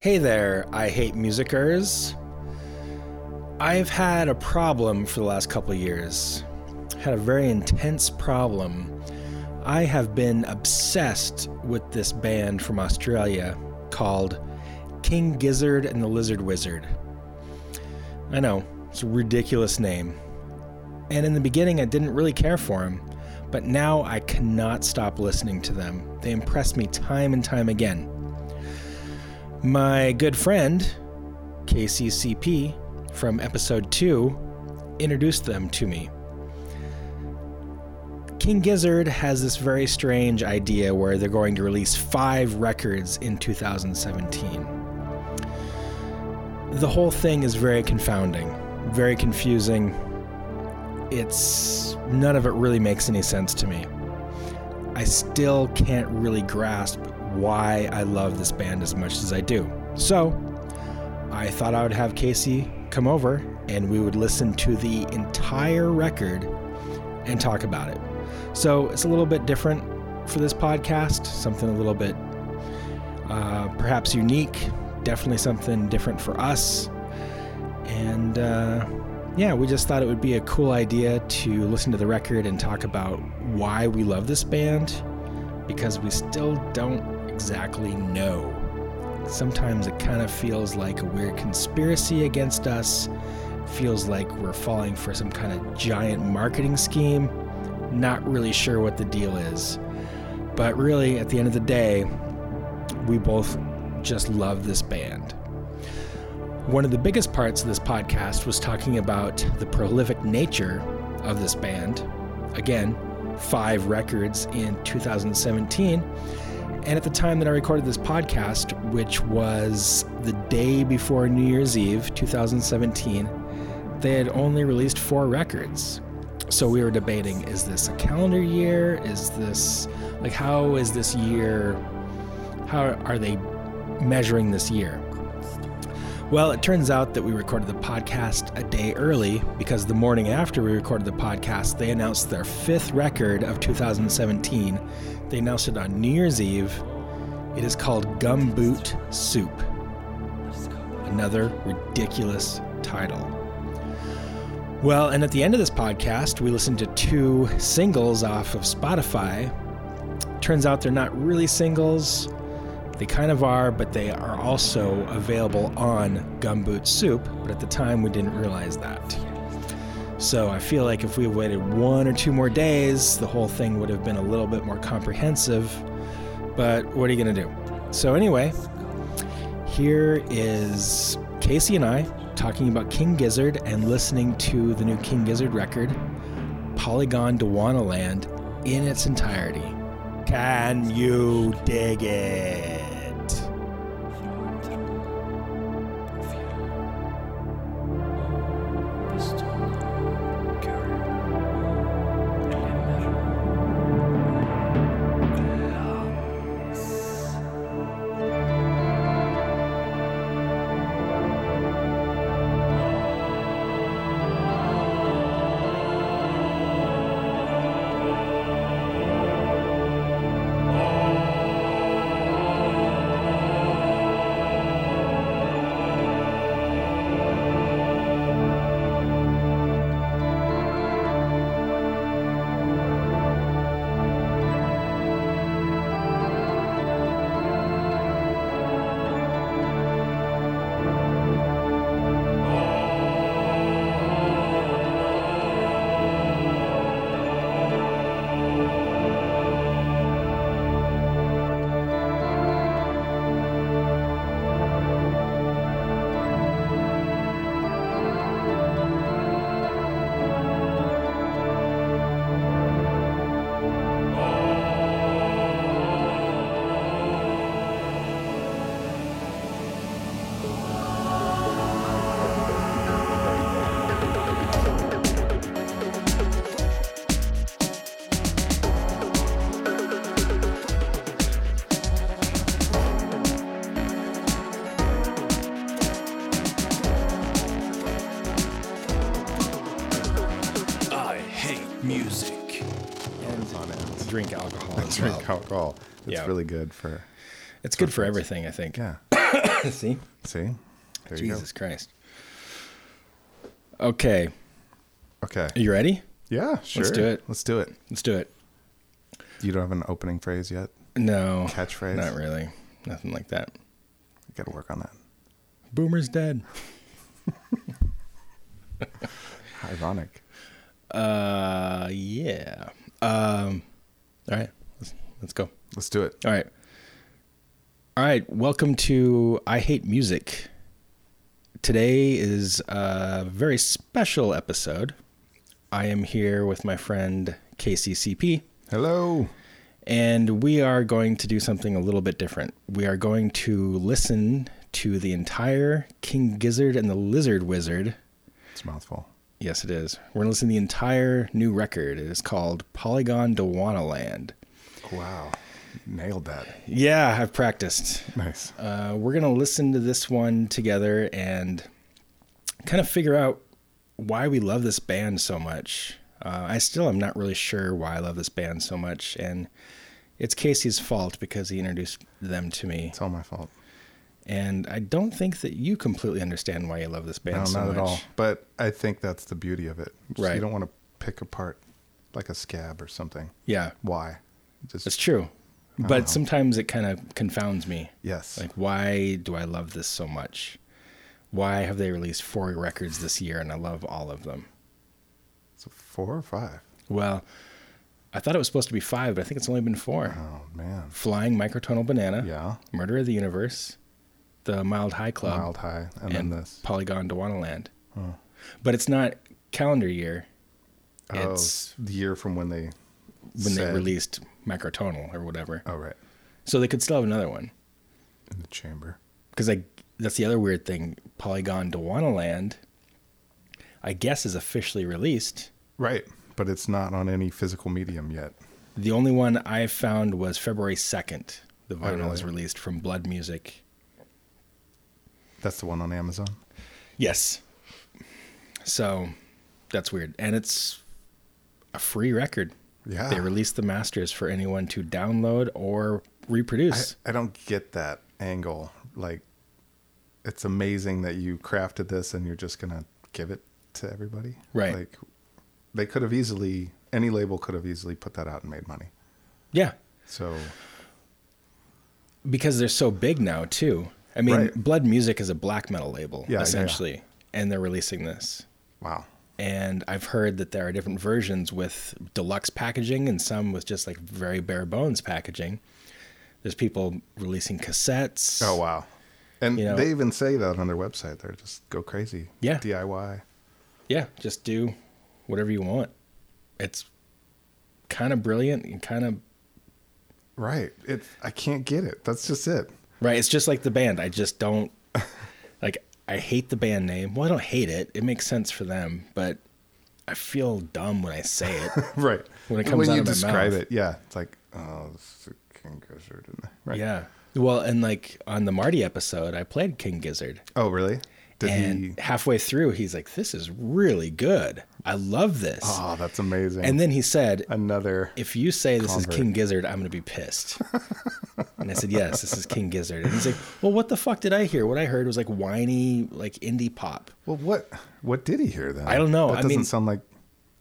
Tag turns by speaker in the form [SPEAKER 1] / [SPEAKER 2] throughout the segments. [SPEAKER 1] Hey there, I hate musicers. I've had a problem for the last couple years. Had a very intense problem. I have been obsessed with this band from Australia called King Gizzard and the Lizard Wizard. I know, it's a ridiculous name. And in the beginning, I didn't really care for them, but now I cannot stop listening to them. They impress me time and time again. My good friend, KCCP, from episode 2, introduced them to me. King Gizzard has this very strange idea where they're going to release five records in 2017. The whole thing is very confounding, very confusing. It's none of it really makes any sense to me. I still can't really grasp why I love this band as much as I do. So, I thought I would have Casey come over and we would listen to the entire record and talk about it. So, it's a little bit different for this podcast, something a little bit uh, perhaps unique, definitely something different for us. And uh, yeah, we just thought it would be a cool idea to listen to the record and talk about why we love this band because we still don't exactly know. Sometimes it kind of feels like a weird conspiracy against us, feels like we're falling for some kind of giant marketing scheme. Not really sure what the deal is. But really, at the end of the day, we both just love this band. One of the biggest parts of this podcast was talking about the prolific nature of this band. Again, five records in 2017. And at the time that I recorded this podcast, which was the day before New Year's Eve 2017, they had only released four records. So we were debating is this a calendar year? Is this like how is this year? How are they measuring this year? Well, it turns out that we recorded the podcast a day early because the morning after we recorded the podcast, they announced their fifth record of 2017. They announced it on New Year's Eve. It is called Gumboot Soup. Another ridiculous title. Well, and at the end of this podcast, we listened to two singles off of Spotify. Turns out they're not really singles, they kind of are, but they are also available on Gumboot Soup, but at the time we didn't realize that. So I feel like if we had waited one or two more days, the whole thing would have been a little bit more comprehensive. But what are you going to do? So, anyway, here is Casey and I talking about King Gizzard and listening to the new King Gizzard record, Polygon Dewana Land, in its entirety. Can you dig it?
[SPEAKER 2] I hate music.
[SPEAKER 1] Drink alcohol. as
[SPEAKER 3] drink
[SPEAKER 1] well.
[SPEAKER 3] alcohol. It's
[SPEAKER 1] Yeah.
[SPEAKER 3] really good for
[SPEAKER 1] It's good for everything, I think.
[SPEAKER 3] yeah.
[SPEAKER 1] See?
[SPEAKER 3] See? There you go.
[SPEAKER 1] Jesus Christ. Okay.
[SPEAKER 3] Okay.
[SPEAKER 1] Are you ready?
[SPEAKER 3] Yeah, sure.
[SPEAKER 1] do it.
[SPEAKER 3] Let's do it.
[SPEAKER 1] Let's do it.
[SPEAKER 3] You don't have an opening phrase yet?
[SPEAKER 1] No.
[SPEAKER 3] Catchphrase?
[SPEAKER 1] Not really. Nothing like that.
[SPEAKER 3] Got to work on that.
[SPEAKER 1] Boomer's dead.
[SPEAKER 3] Ironic.
[SPEAKER 1] Uh, yeah. Um, all right. Let's, let's go.
[SPEAKER 3] Let's do it.
[SPEAKER 1] All right. All right. Welcome to I Hate Music. Today is a very special episode. I am here with my friend KCCP,
[SPEAKER 3] Hello.
[SPEAKER 1] and we are going to do something a little bit different. We are going to listen to the entire King Gizzard and the Lizard Wizard.
[SPEAKER 3] It's a mouthful.
[SPEAKER 1] Yes, it is. We're going to listen to the entire new record. It is called Polygon Dewana Land.
[SPEAKER 3] Wow. Nailed that.
[SPEAKER 1] Yeah, I've practiced.
[SPEAKER 3] Nice.
[SPEAKER 1] Uh, we're going to listen to this one together and kind of figure out why we love this band so much. Uh, I still am not really sure why I love this band so much. And it's Casey's fault because he introduced them to me.
[SPEAKER 3] It's all my fault.
[SPEAKER 1] And I don't think that you completely understand why you love this band
[SPEAKER 3] No,
[SPEAKER 1] so
[SPEAKER 3] not
[SPEAKER 1] much.
[SPEAKER 3] at all. But I think that's the beauty of it. Just
[SPEAKER 1] Right.
[SPEAKER 3] You don't want to pick apart like a scab or something.
[SPEAKER 1] Yeah,
[SPEAKER 3] Why? Just
[SPEAKER 1] it's true. But sometimes it kind of confounds me.
[SPEAKER 3] yes.
[SPEAKER 1] Like, why do I love this so much? Why have they released four records this year and I love all of them?
[SPEAKER 3] so four or five.
[SPEAKER 1] Well, I thought it was supposed to be five, but I think it's only been four.
[SPEAKER 3] Oh man.
[SPEAKER 1] Flying Microtonal Banana,
[SPEAKER 3] Yeah.
[SPEAKER 1] Murder of the Universe, The Mild High Club,
[SPEAKER 3] Mild high and,
[SPEAKER 1] and,
[SPEAKER 3] then this.
[SPEAKER 1] Polygon Dewana Land. But it's not calendar year
[SPEAKER 3] Oh,
[SPEAKER 1] it's-
[SPEAKER 3] the year from when they
[SPEAKER 1] when they
[SPEAKER 3] said-
[SPEAKER 1] released Microtonal or whatever.
[SPEAKER 3] Oh right.
[SPEAKER 1] So they could still have another one.
[SPEAKER 3] In the chamber.
[SPEAKER 1] because I that's the other weird thing. Polygon Dewana Land, I guess, is officially released.
[SPEAKER 3] Right. But it's not on any physical medium yet.
[SPEAKER 1] The only one I found was February second. The vinyl
[SPEAKER 3] Oh, really?
[SPEAKER 1] was released from Blood Music.
[SPEAKER 3] That's the one on Amazon.
[SPEAKER 1] Yes, so that's weird, and it's a free record.
[SPEAKER 3] Yeah.
[SPEAKER 1] They released the masters for anyone to download or
[SPEAKER 3] I,
[SPEAKER 1] reproduce.
[SPEAKER 3] I don't get that angle. Like, it's amazing that you crafted this and you're just gonna give it to everybody.
[SPEAKER 1] Right.
[SPEAKER 3] Like, they could have easily any label could have easily put that out and made money.
[SPEAKER 1] yeah,
[SPEAKER 3] So
[SPEAKER 1] because they're so big now too. I mean,
[SPEAKER 3] Right.
[SPEAKER 1] Blood Music is a black metal label
[SPEAKER 3] Yeah, yeah.
[SPEAKER 1] essentially, and they're releasing this.
[SPEAKER 3] wow,
[SPEAKER 1] and I've heard that there are different versions with deluxe packaging and some with just like very bare bones packaging. There's people releasing cassettes.
[SPEAKER 3] oh wow, and
[SPEAKER 1] You know-
[SPEAKER 3] they even say that on their website. They're just go crazy.
[SPEAKER 1] Yeah.
[SPEAKER 3] DIY.
[SPEAKER 1] Yeah, just do whatever you want. It's kind of brilliant and kind of
[SPEAKER 3] Right. It. I can't get it. That's just it.
[SPEAKER 1] right. It's just like the band. I just don't like. I hate the band name. Well, I don't hate it. It makes sense for them, but I feel dumb when I say it.
[SPEAKER 3] Right.
[SPEAKER 1] When it comes out
[SPEAKER 3] you
[SPEAKER 1] of my
[SPEAKER 3] describe
[SPEAKER 1] mouth.
[SPEAKER 3] it, yeah, it's like oh, this is a king gizzard. isn't it? Right.
[SPEAKER 1] Yeah. Well, and like on the Marty episode, I played King Gizzard.
[SPEAKER 3] Oh really? Did
[SPEAKER 1] and
[SPEAKER 3] he?
[SPEAKER 1] halfway through, he's like, "This is really good. I love this."
[SPEAKER 3] Oh, that's amazing.
[SPEAKER 1] and then he said,
[SPEAKER 3] another
[SPEAKER 1] "If you say this
[SPEAKER 3] Convert.
[SPEAKER 1] is King Gizzard, I'm going to be pissed." and I said, "Yes, this is King Gizzard." And he's like, "Well, what the fuck did I hear? What I heard was like whiny, like indie pop.
[SPEAKER 3] Well, what what did he hear then?
[SPEAKER 1] I don't know.
[SPEAKER 3] That
[SPEAKER 1] I
[SPEAKER 3] doesn't
[SPEAKER 1] mean-
[SPEAKER 3] sound like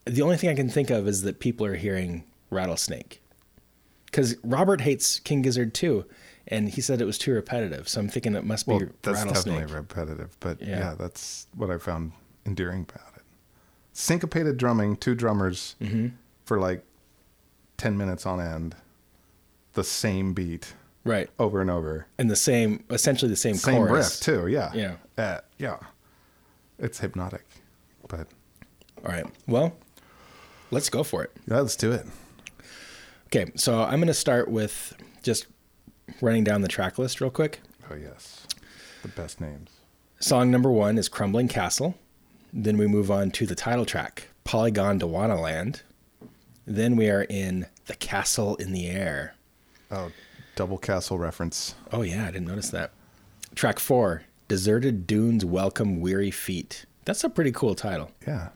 [SPEAKER 1] The only thing I can think of is that people are hearing Rattlesnake, because Robert hates King Gizzard too." And he said it was too repetitive, so I'm thinking it must be
[SPEAKER 3] well. That's
[SPEAKER 1] rattlesnake.
[SPEAKER 3] definitely repetitive, but
[SPEAKER 1] Yeah.
[SPEAKER 3] yeah. that's what I found endearing about it. Syncopated drumming, two drummers
[SPEAKER 1] Mm-hmm.
[SPEAKER 3] for like ten minutes on end, the same beat
[SPEAKER 1] right?
[SPEAKER 3] over and over,
[SPEAKER 1] And the same, essentially the same,
[SPEAKER 3] same
[SPEAKER 1] chorus.
[SPEAKER 3] riff too. Yeah,
[SPEAKER 1] Yeah.
[SPEAKER 3] Uh, yeah. It's hypnotic, but
[SPEAKER 1] All right. Well, let's go for it.
[SPEAKER 3] yeah, let's do it.
[SPEAKER 1] Okay, so I'm going to start with just running down the track list real quick.
[SPEAKER 3] Oh yes, the best names.
[SPEAKER 1] Song number one is Crumbling Castle. Then we move on to the title track, Polygon Dewana Land. Then we are in The Castle in the Air.
[SPEAKER 3] Oh, double castle reference.
[SPEAKER 1] Oh, yeah, I didn't notice that. Track four, Deserted Dunes Welcome Weary Feet. That's a pretty cool title.
[SPEAKER 3] Yeah,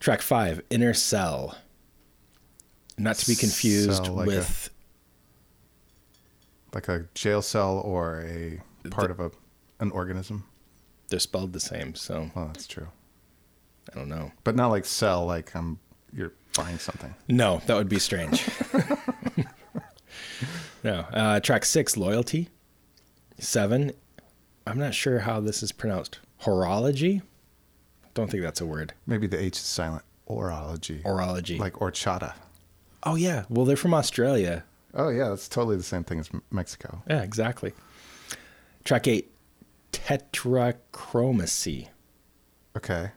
[SPEAKER 1] Track five, Inner Cell. Not to be confused
[SPEAKER 3] Cell, like a-
[SPEAKER 1] with
[SPEAKER 3] like a jail cell or a part of a an organism.
[SPEAKER 1] They're spelled the same, so
[SPEAKER 3] Well, that's true.
[SPEAKER 1] I don't know.
[SPEAKER 3] But not like sell, like I'm you're buying something.
[SPEAKER 1] No, that would be strange. no. Uh, track six, Loyalty. Seven, I'm not sure how this is pronounced. Horology? Don't think that's a word.
[SPEAKER 3] Maybe the H is silent. Orology.
[SPEAKER 1] Horology.
[SPEAKER 3] Like horchata.
[SPEAKER 1] oh, yeah. Well, they're from Australia.
[SPEAKER 3] Oh yeah, that's totally the same thing as M- Mexico.
[SPEAKER 1] Yeah, exactly. Track eight, Tetrachromacy.
[SPEAKER 3] Okay.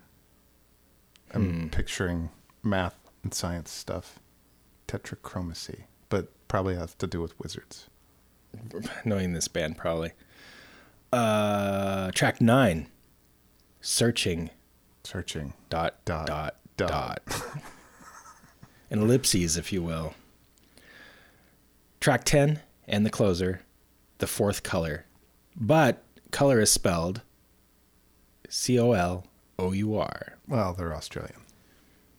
[SPEAKER 1] Hmm.
[SPEAKER 3] I'm picturing math and science stuff. Tetrachromacy, but probably has to do with wizards.
[SPEAKER 1] Knowing this band, probably. Uh, track nine, Searching.
[SPEAKER 3] Searching.
[SPEAKER 1] dot
[SPEAKER 3] Dot,
[SPEAKER 1] dot dot,
[SPEAKER 3] dot.
[SPEAKER 1] and ellipses, if you will. Track ten and the closer, the fourth color, but color is spelled C O L O U R,
[SPEAKER 3] Well, they're Australian.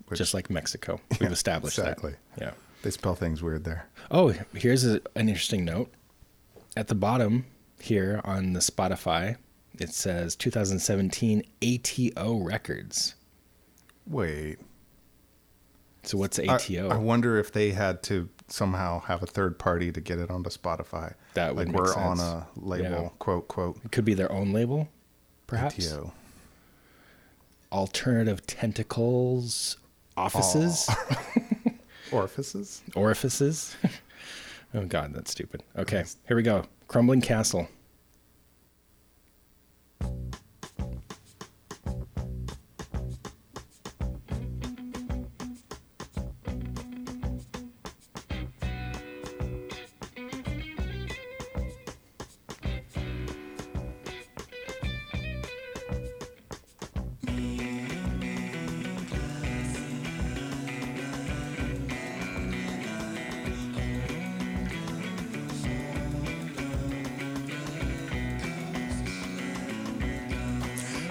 [SPEAKER 3] Which-
[SPEAKER 1] just like Mexico. We've established
[SPEAKER 3] exactly.
[SPEAKER 1] that. Yeah.
[SPEAKER 3] They spell things weird there.
[SPEAKER 1] Oh, here's a, an interesting note. At the bottom here on the Spotify, it says 2017 ATO Records.
[SPEAKER 3] Wait.
[SPEAKER 1] So what's
[SPEAKER 3] I-
[SPEAKER 1] ATO?
[SPEAKER 3] I, wonder if they had to somehow have a third party to get it onto Spotify.
[SPEAKER 1] That would
[SPEAKER 3] like
[SPEAKER 1] make
[SPEAKER 3] we're on
[SPEAKER 1] sense.
[SPEAKER 3] a label,
[SPEAKER 1] Yeah.
[SPEAKER 3] quote quote.
[SPEAKER 1] could be their own label, perhaps.
[SPEAKER 3] ATO.
[SPEAKER 1] Alternative tentacles, offices,
[SPEAKER 3] Orifices?
[SPEAKER 1] orifices. oh God, that's stupid. Okay, here we go. Crumbling Castle.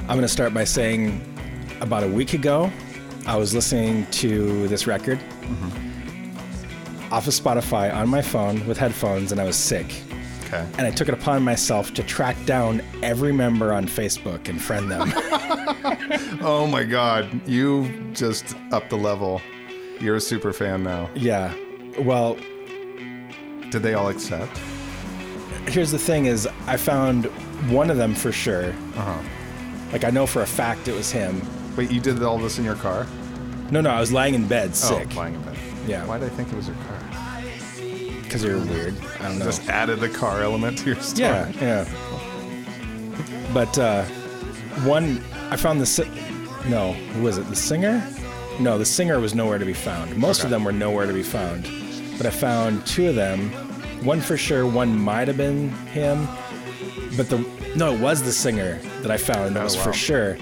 [SPEAKER 1] I'm going to start by saying about a week ago, I was listening to this record off of Spotify on my phone with headphones, and I was sick.
[SPEAKER 3] Okay.
[SPEAKER 1] and I took it upon myself to track down every member on Facebook and friend them.
[SPEAKER 3] Oh my god, you just up the level. You're a super fan now.
[SPEAKER 1] yeah. Well,
[SPEAKER 3] Did they all accept?
[SPEAKER 1] here's the thing is I found one of them for sure.
[SPEAKER 3] Uh-huh.
[SPEAKER 1] Like I know for a fact it was him.
[SPEAKER 3] Wait, you did all this in your car?
[SPEAKER 1] No, no, I was lying in bed sick
[SPEAKER 3] Oh, lying in bed.
[SPEAKER 1] Yeah.
[SPEAKER 3] Why did I think it was your car?
[SPEAKER 1] because you're weird. I don't know.
[SPEAKER 3] Just added the car element to your story.
[SPEAKER 1] yeah, yeah. But uh, one, I found the si- no, who was it? The singer? No, the singer was nowhere to be found. Most
[SPEAKER 3] Okay.
[SPEAKER 1] of them were nowhere to be found, but I found two of them. One for sure. One might have been him, but the no, it was the singer that I found. That
[SPEAKER 3] Oh,
[SPEAKER 1] was
[SPEAKER 3] wow.
[SPEAKER 1] for sure.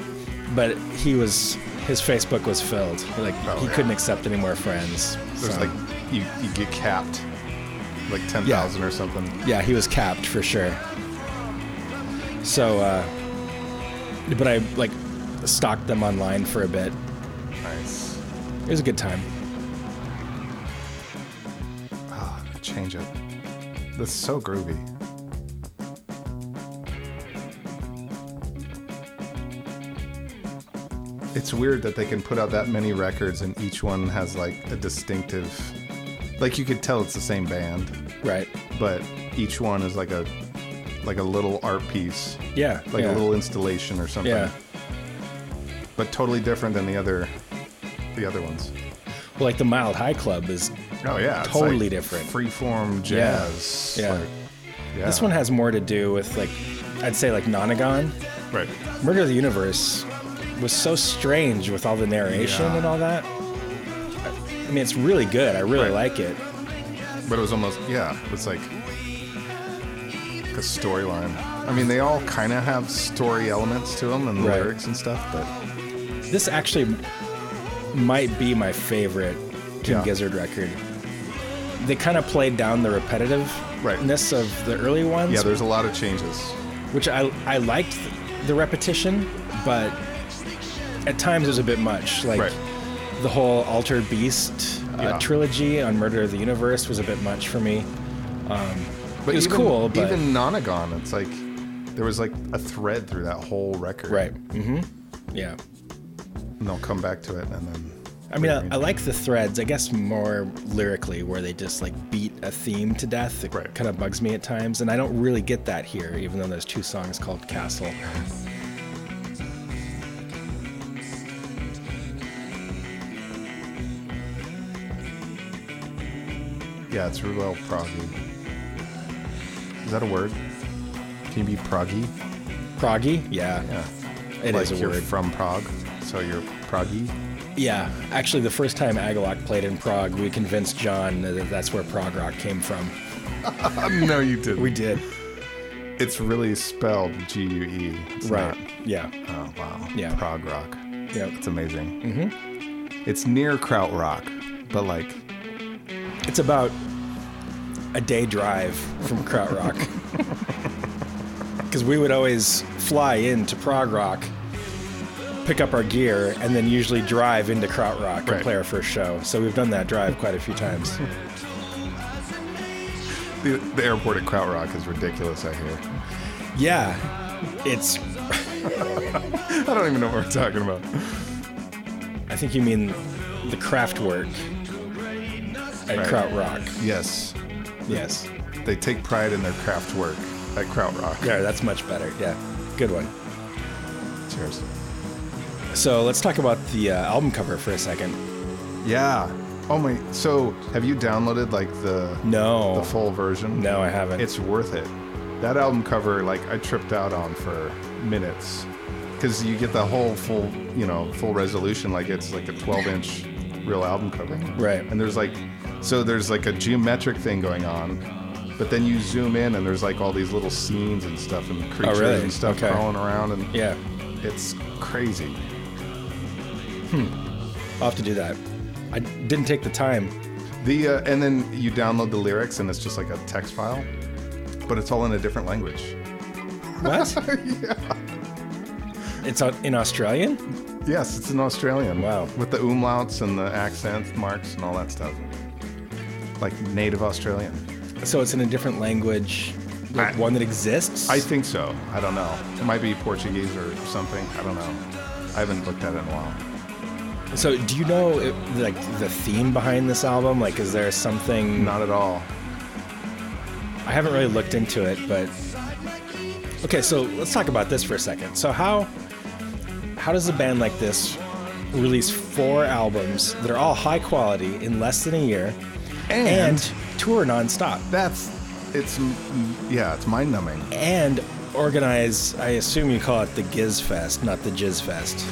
[SPEAKER 1] But he was his Facebook was filled. Like
[SPEAKER 3] Oh,
[SPEAKER 1] he
[SPEAKER 3] yeah.
[SPEAKER 1] couldn't accept any more friends.
[SPEAKER 3] There's
[SPEAKER 1] so-
[SPEAKER 3] like you, you get capped. Like ten thousand or something.
[SPEAKER 1] yeah, he was capped for sure. So, uh, but I like stalked them online for a bit.
[SPEAKER 3] Nice.
[SPEAKER 1] It was a good time.
[SPEAKER 3] Ah, change it. That's so groovy. It's weird that they can put out that many records and each one has like a distinctive like you could tell it's the same band,
[SPEAKER 1] Right.
[SPEAKER 3] but each one is like a like a little art piece,
[SPEAKER 1] Yeah.
[SPEAKER 3] like
[SPEAKER 1] yeah.
[SPEAKER 3] a little installation or something.
[SPEAKER 1] Yeah.
[SPEAKER 3] But totally different than the other the other ones.
[SPEAKER 1] Well, like the Mild High Club is.
[SPEAKER 3] Oh yeah, it's
[SPEAKER 1] Totally
[SPEAKER 3] like
[SPEAKER 1] different.
[SPEAKER 3] Freeform jazz.
[SPEAKER 1] Yeah.
[SPEAKER 3] like- yeah.
[SPEAKER 1] This one has more to do with like, I'd say like Nonagon.
[SPEAKER 3] right.
[SPEAKER 1] Murder of the Universe was so strange with all the narration
[SPEAKER 3] Yeah.
[SPEAKER 1] and all that. I, I mean, it's really good. I really
[SPEAKER 3] Right.
[SPEAKER 1] like it.
[SPEAKER 3] But it was almost yeah, it's like a storyline. I mean, they all kind of have story elements to them and
[SPEAKER 1] Right.
[SPEAKER 3] lyrics and stuff, but
[SPEAKER 1] This actually might be my favorite King
[SPEAKER 3] Yeah.
[SPEAKER 1] Gizzard record. They kind of played down the repetitiveness
[SPEAKER 3] Right.
[SPEAKER 1] of the early ones,
[SPEAKER 3] yeah, there's a lot of changes.
[SPEAKER 1] which I I liked the repetition, but at times it was a bit much. Like
[SPEAKER 3] Right.
[SPEAKER 1] the whole Altered Beast uh,
[SPEAKER 3] Yeah.
[SPEAKER 1] trilogy on Murder of the Universe was a bit much for me.
[SPEAKER 3] But
[SPEAKER 1] It was
[SPEAKER 3] even,
[SPEAKER 1] cool, but-
[SPEAKER 3] even Nonagon, it's like There was like a thread through that whole record.
[SPEAKER 1] Right. Mm-hmm. Yeah.
[SPEAKER 3] And they'll come back to it and then.
[SPEAKER 1] I mean, I, I like the threads. I guess more lyrically, where they just like beat a theme to death. It
[SPEAKER 3] Right.
[SPEAKER 1] kind of bugs me at times, and I don't really get that here, even though there's two songs called Castle.
[SPEAKER 3] Yeah, it's real well proggy. Is that a word? Can you be proggy?
[SPEAKER 1] Proggy? Yeah,
[SPEAKER 3] Yeah.
[SPEAKER 1] it is
[SPEAKER 3] like
[SPEAKER 1] a
[SPEAKER 3] you're
[SPEAKER 1] word.
[SPEAKER 3] from Prague, so you're proggy.
[SPEAKER 1] Yeah, actually, the first time Agalock played in Prague, we convinced John that that's where prog rock came from. Uh,
[SPEAKER 3] no, you didn't.
[SPEAKER 1] We did.
[SPEAKER 3] It's really spelled G U E. It's
[SPEAKER 1] Right.
[SPEAKER 3] not-
[SPEAKER 1] Yeah.
[SPEAKER 3] Oh wow.
[SPEAKER 1] Yeah.
[SPEAKER 3] Prog rock.
[SPEAKER 1] Yeah.
[SPEAKER 3] It's amazing. Mm-hmm. It's near krautrock, but like
[SPEAKER 1] It's about a day drive from Krautrock. Because we would always fly into Prague Rock, pick up our gear, and then usually drive into Krautrock Rock and
[SPEAKER 3] Right.
[SPEAKER 1] play our first show. So we've done that drive quite a few times.
[SPEAKER 3] the, the airport at krautrock is ridiculous. I hear.
[SPEAKER 1] yeah, it's.
[SPEAKER 3] I don't even know what we're talking about.
[SPEAKER 1] I think you mean the craft work at
[SPEAKER 3] Right.
[SPEAKER 1] Krautrock.
[SPEAKER 3] Yes,
[SPEAKER 1] Yes.
[SPEAKER 3] they take pride in their craft work at krautrock.
[SPEAKER 1] There, that's much better. Yeah, good one.
[SPEAKER 3] Cheers.
[SPEAKER 1] So let's talk about the uh, album cover for a second.
[SPEAKER 3] Yeah. Oh my. So have you downloaded like the
[SPEAKER 1] No.
[SPEAKER 3] the full version?
[SPEAKER 1] No, I haven't.
[SPEAKER 3] It's worth it. That album cover, like I tripped out on for minutes, because you get the whole full, you know, full resolution. Like it's like a 12-inch real album cover.
[SPEAKER 1] Right.
[SPEAKER 3] And there's like, so there's like a geometric thing going on, but then you zoom in and there's like all these little scenes and stuff and creatures
[SPEAKER 1] Oh, really?
[SPEAKER 3] and stuff
[SPEAKER 1] Okay.
[SPEAKER 3] crawling around and
[SPEAKER 1] yeah,
[SPEAKER 3] it's crazy.
[SPEAKER 1] I'll have to do that. I didn't take the time.
[SPEAKER 3] The uh, and then you download the lyrics and it's just like a text file, but it's all in a different language.
[SPEAKER 1] What? It's out in Australian?
[SPEAKER 3] Yes, it's an Australian.
[SPEAKER 1] Wow.
[SPEAKER 3] With the umlauts and the accent marks and all that stuff. Like native Australian.
[SPEAKER 1] So it's in a different language, like
[SPEAKER 3] I-
[SPEAKER 1] one that exists?
[SPEAKER 3] I think so. I don't know. It might be Portuguese or something. I don't know. I haven't looked at it in a while.
[SPEAKER 1] so do you know it, like the theme behind this album? Like is there something
[SPEAKER 3] Not at all.
[SPEAKER 1] I haven't really looked into it, but Okay, so let's talk about this for a second. So how how does a band like this release four albums that are all high quality in less than a year and, tour nonstop?
[SPEAKER 3] that's it's yeah, it's mind numbing.
[SPEAKER 1] and organize. I assume you call it the Giz Fest, not the Jizz Fest,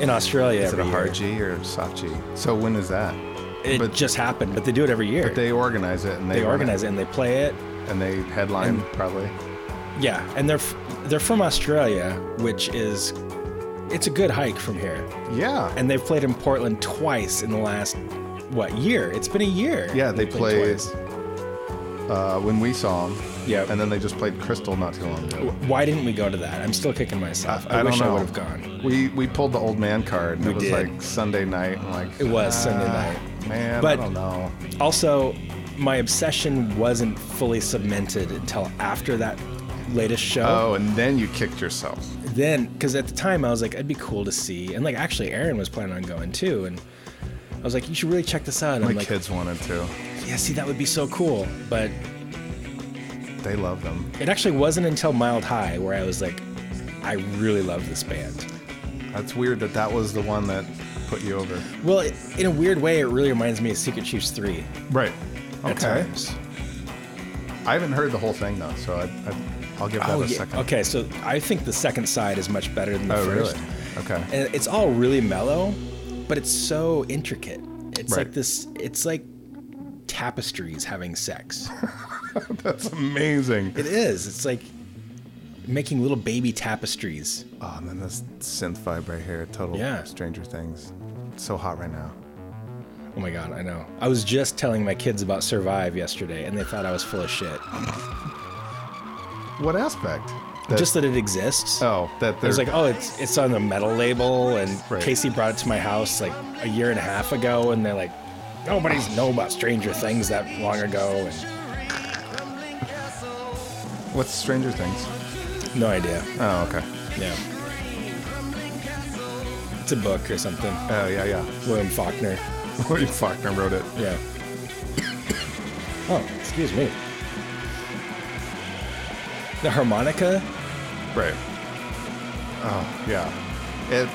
[SPEAKER 1] in Australia.
[SPEAKER 3] Is it
[SPEAKER 1] every
[SPEAKER 3] a hard
[SPEAKER 1] year.
[SPEAKER 3] G or a soft G? So when is that?
[SPEAKER 1] It
[SPEAKER 3] but-
[SPEAKER 1] just happened, but they do it every year.
[SPEAKER 3] They organize it and they,
[SPEAKER 1] they organize it and they play it.
[SPEAKER 3] it and they headline probably.
[SPEAKER 1] Yeah, and they're f- they're from Australia, which is it's a good hike from here.
[SPEAKER 3] Yeah.
[SPEAKER 1] And they've played in Portland twice in the last what year? It's been a year.
[SPEAKER 3] Yeah, they
[SPEAKER 1] They've played
[SPEAKER 3] played-
[SPEAKER 1] twice.
[SPEAKER 3] uh, when we saw them.
[SPEAKER 1] Yeah.
[SPEAKER 3] And then they just played Crystal not too long ago.
[SPEAKER 1] Why didn't we go to that? I'm still kicking myself. I,
[SPEAKER 3] don't
[SPEAKER 1] wish I
[SPEAKER 3] know.
[SPEAKER 1] would have gone.
[SPEAKER 3] We we pulled the old man card, and
[SPEAKER 1] We
[SPEAKER 3] it was
[SPEAKER 1] did.
[SPEAKER 3] like Sunday night, and like "Ah,
[SPEAKER 1] It was Sunday night.
[SPEAKER 3] Man,
[SPEAKER 1] But- oh.
[SPEAKER 3] I don't know.
[SPEAKER 1] Also, my obsession wasn't fully cemented until after that latest show.
[SPEAKER 3] Oh, and then you kicked yourself.
[SPEAKER 1] Then, because at the time I was like, it'd be cool to see. And like, actually, Aaron was planning on going too. And I was like, you should really check this out. And
[SPEAKER 3] My
[SPEAKER 1] I'm like,
[SPEAKER 3] kids wanted to.
[SPEAKER 1] yeah, see, that would be so cool. But
[SPEAKER 3] They love them.
[SPEAKER 1] it actually wasn't until Mild High where I was like, I really love this band.
[SPEAKER 3] That's weird that that was the one that put you over.
[SPEAKER 1] Well, it, in a weird way, it really reminds me of Secret Chiefs 3
[SPEAKER 3] Right.
[SPEAKER 1] at
[SPEAKER 3] Okay.
[SPEAKER 1] times.
[SPEAKER 3] I haven't heard the whole thing though, so I, I, I'll give that
[SPEAKER 1] Oh,
[SPEAKER 3] a
[SPEAKER 1] yeah.
[SPEAKER 3] second.
[SPEAKER 1] Okay, so I think the second side is much better than the
[SPEAKER 3] Oh,
[SPEAKER 1] first.
[SPEAKER 3] really? Okay.
[SPEAKER 1] and it's all really mellow, but it's so intricate. It's
[SPEAKER 3] Right.
[SPEAKER 1] like this. It's like tapestries having sex.
[SPEAKER 3] That's amazing.
[SPEAKER 1] It is. It's like making little baby tapestries.
[SPEAKER 3] Oh, and then this synth vibe right here, total
[SPEAKER 1] Yeah.
[SPEAKER 3] Stranger Things. It's so hot right now.
[SPEAKER 1] Oh my god, I know. I was just telling my kids about Survive yesterday, and they thought I was full of shit.
[SPEAKER 3] What aspect? That-
[SPEAKER 1] just that it exists.
[SPEAKER 3] oh, that
[SPEAKER 1] I
[SPEAKER 3] there's
[SPEAKER 1] was like, oh, it's it's on the metal label, and
[SPEAKER 3] Right.
[SPEAKER 1] Casey brought it to my house like a year and a half ago, and they're like, nobody's know about Stranger Things that long ago. And
[SPEAKER 3] what's Stranger Things?
[SPEAKER 1] No idea.
[SPEAKER 3] Oh, okay.
[SPEAKER 1] Yeah. It's a book or something.
[SPEAKER 3] Oh, yeah, yeah.
[SPEAKER 1] William Faulkner.
[SPEAKER 3] William Faulkner wrote it.
[SPEAKER 1] Yeah. oh, excuse me. The harmonica?
[SPEAKER 3] Right. Oh, yeah. It.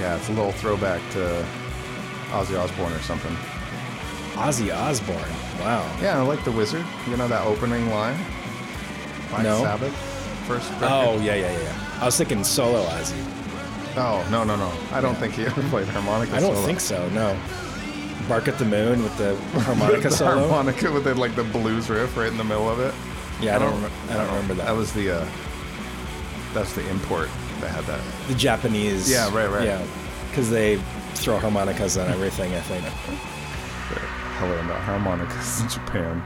[SPEAKER 3] Yeah, it's a little throwback to Ozzy Osbourne or something.
[SPEAKER 1] Ozzy Osbourne. Wow.
[SPEAKER 3] Yeah, I like the Wizard. You know that opening line by
[SPEAKER 1] No.
[SPEAKER 3] Sabbath, first.
[SPEAKER 1] Oh,
[SPEAKER 3] record?
[SPEAKER 1] yeah, yeah, yeah, yeah. I was thinking solo Ozzy.
[SPEAKER 3] Oh no no no! I don't think he ever played harmonica.
[SPEAKER 1] I don't
[SPEAKER 3] solo.
[SPEAKER 1] think so, no. Bark at the Moon with the harmonica
[SPEAKER 3] the
[SPEAKER 1] solo?
[SPEAKER 3] harmonica with the, like the blues riff right in the middle of it. Oh.
[SPEAKER 1] Yeah, I don't, rem- I don't remember that.
[SPEAKER 3] That was the. Uh, that's the import that had that.
[SPEAKER 1] the Japanese.
[SPEAKER 3] Yeah, right, right.
[SPEAKER 1] Yeah, because they throw harmonicas on everything, I think.
[SPEAKER 3] I learned about harmonicas in Japan.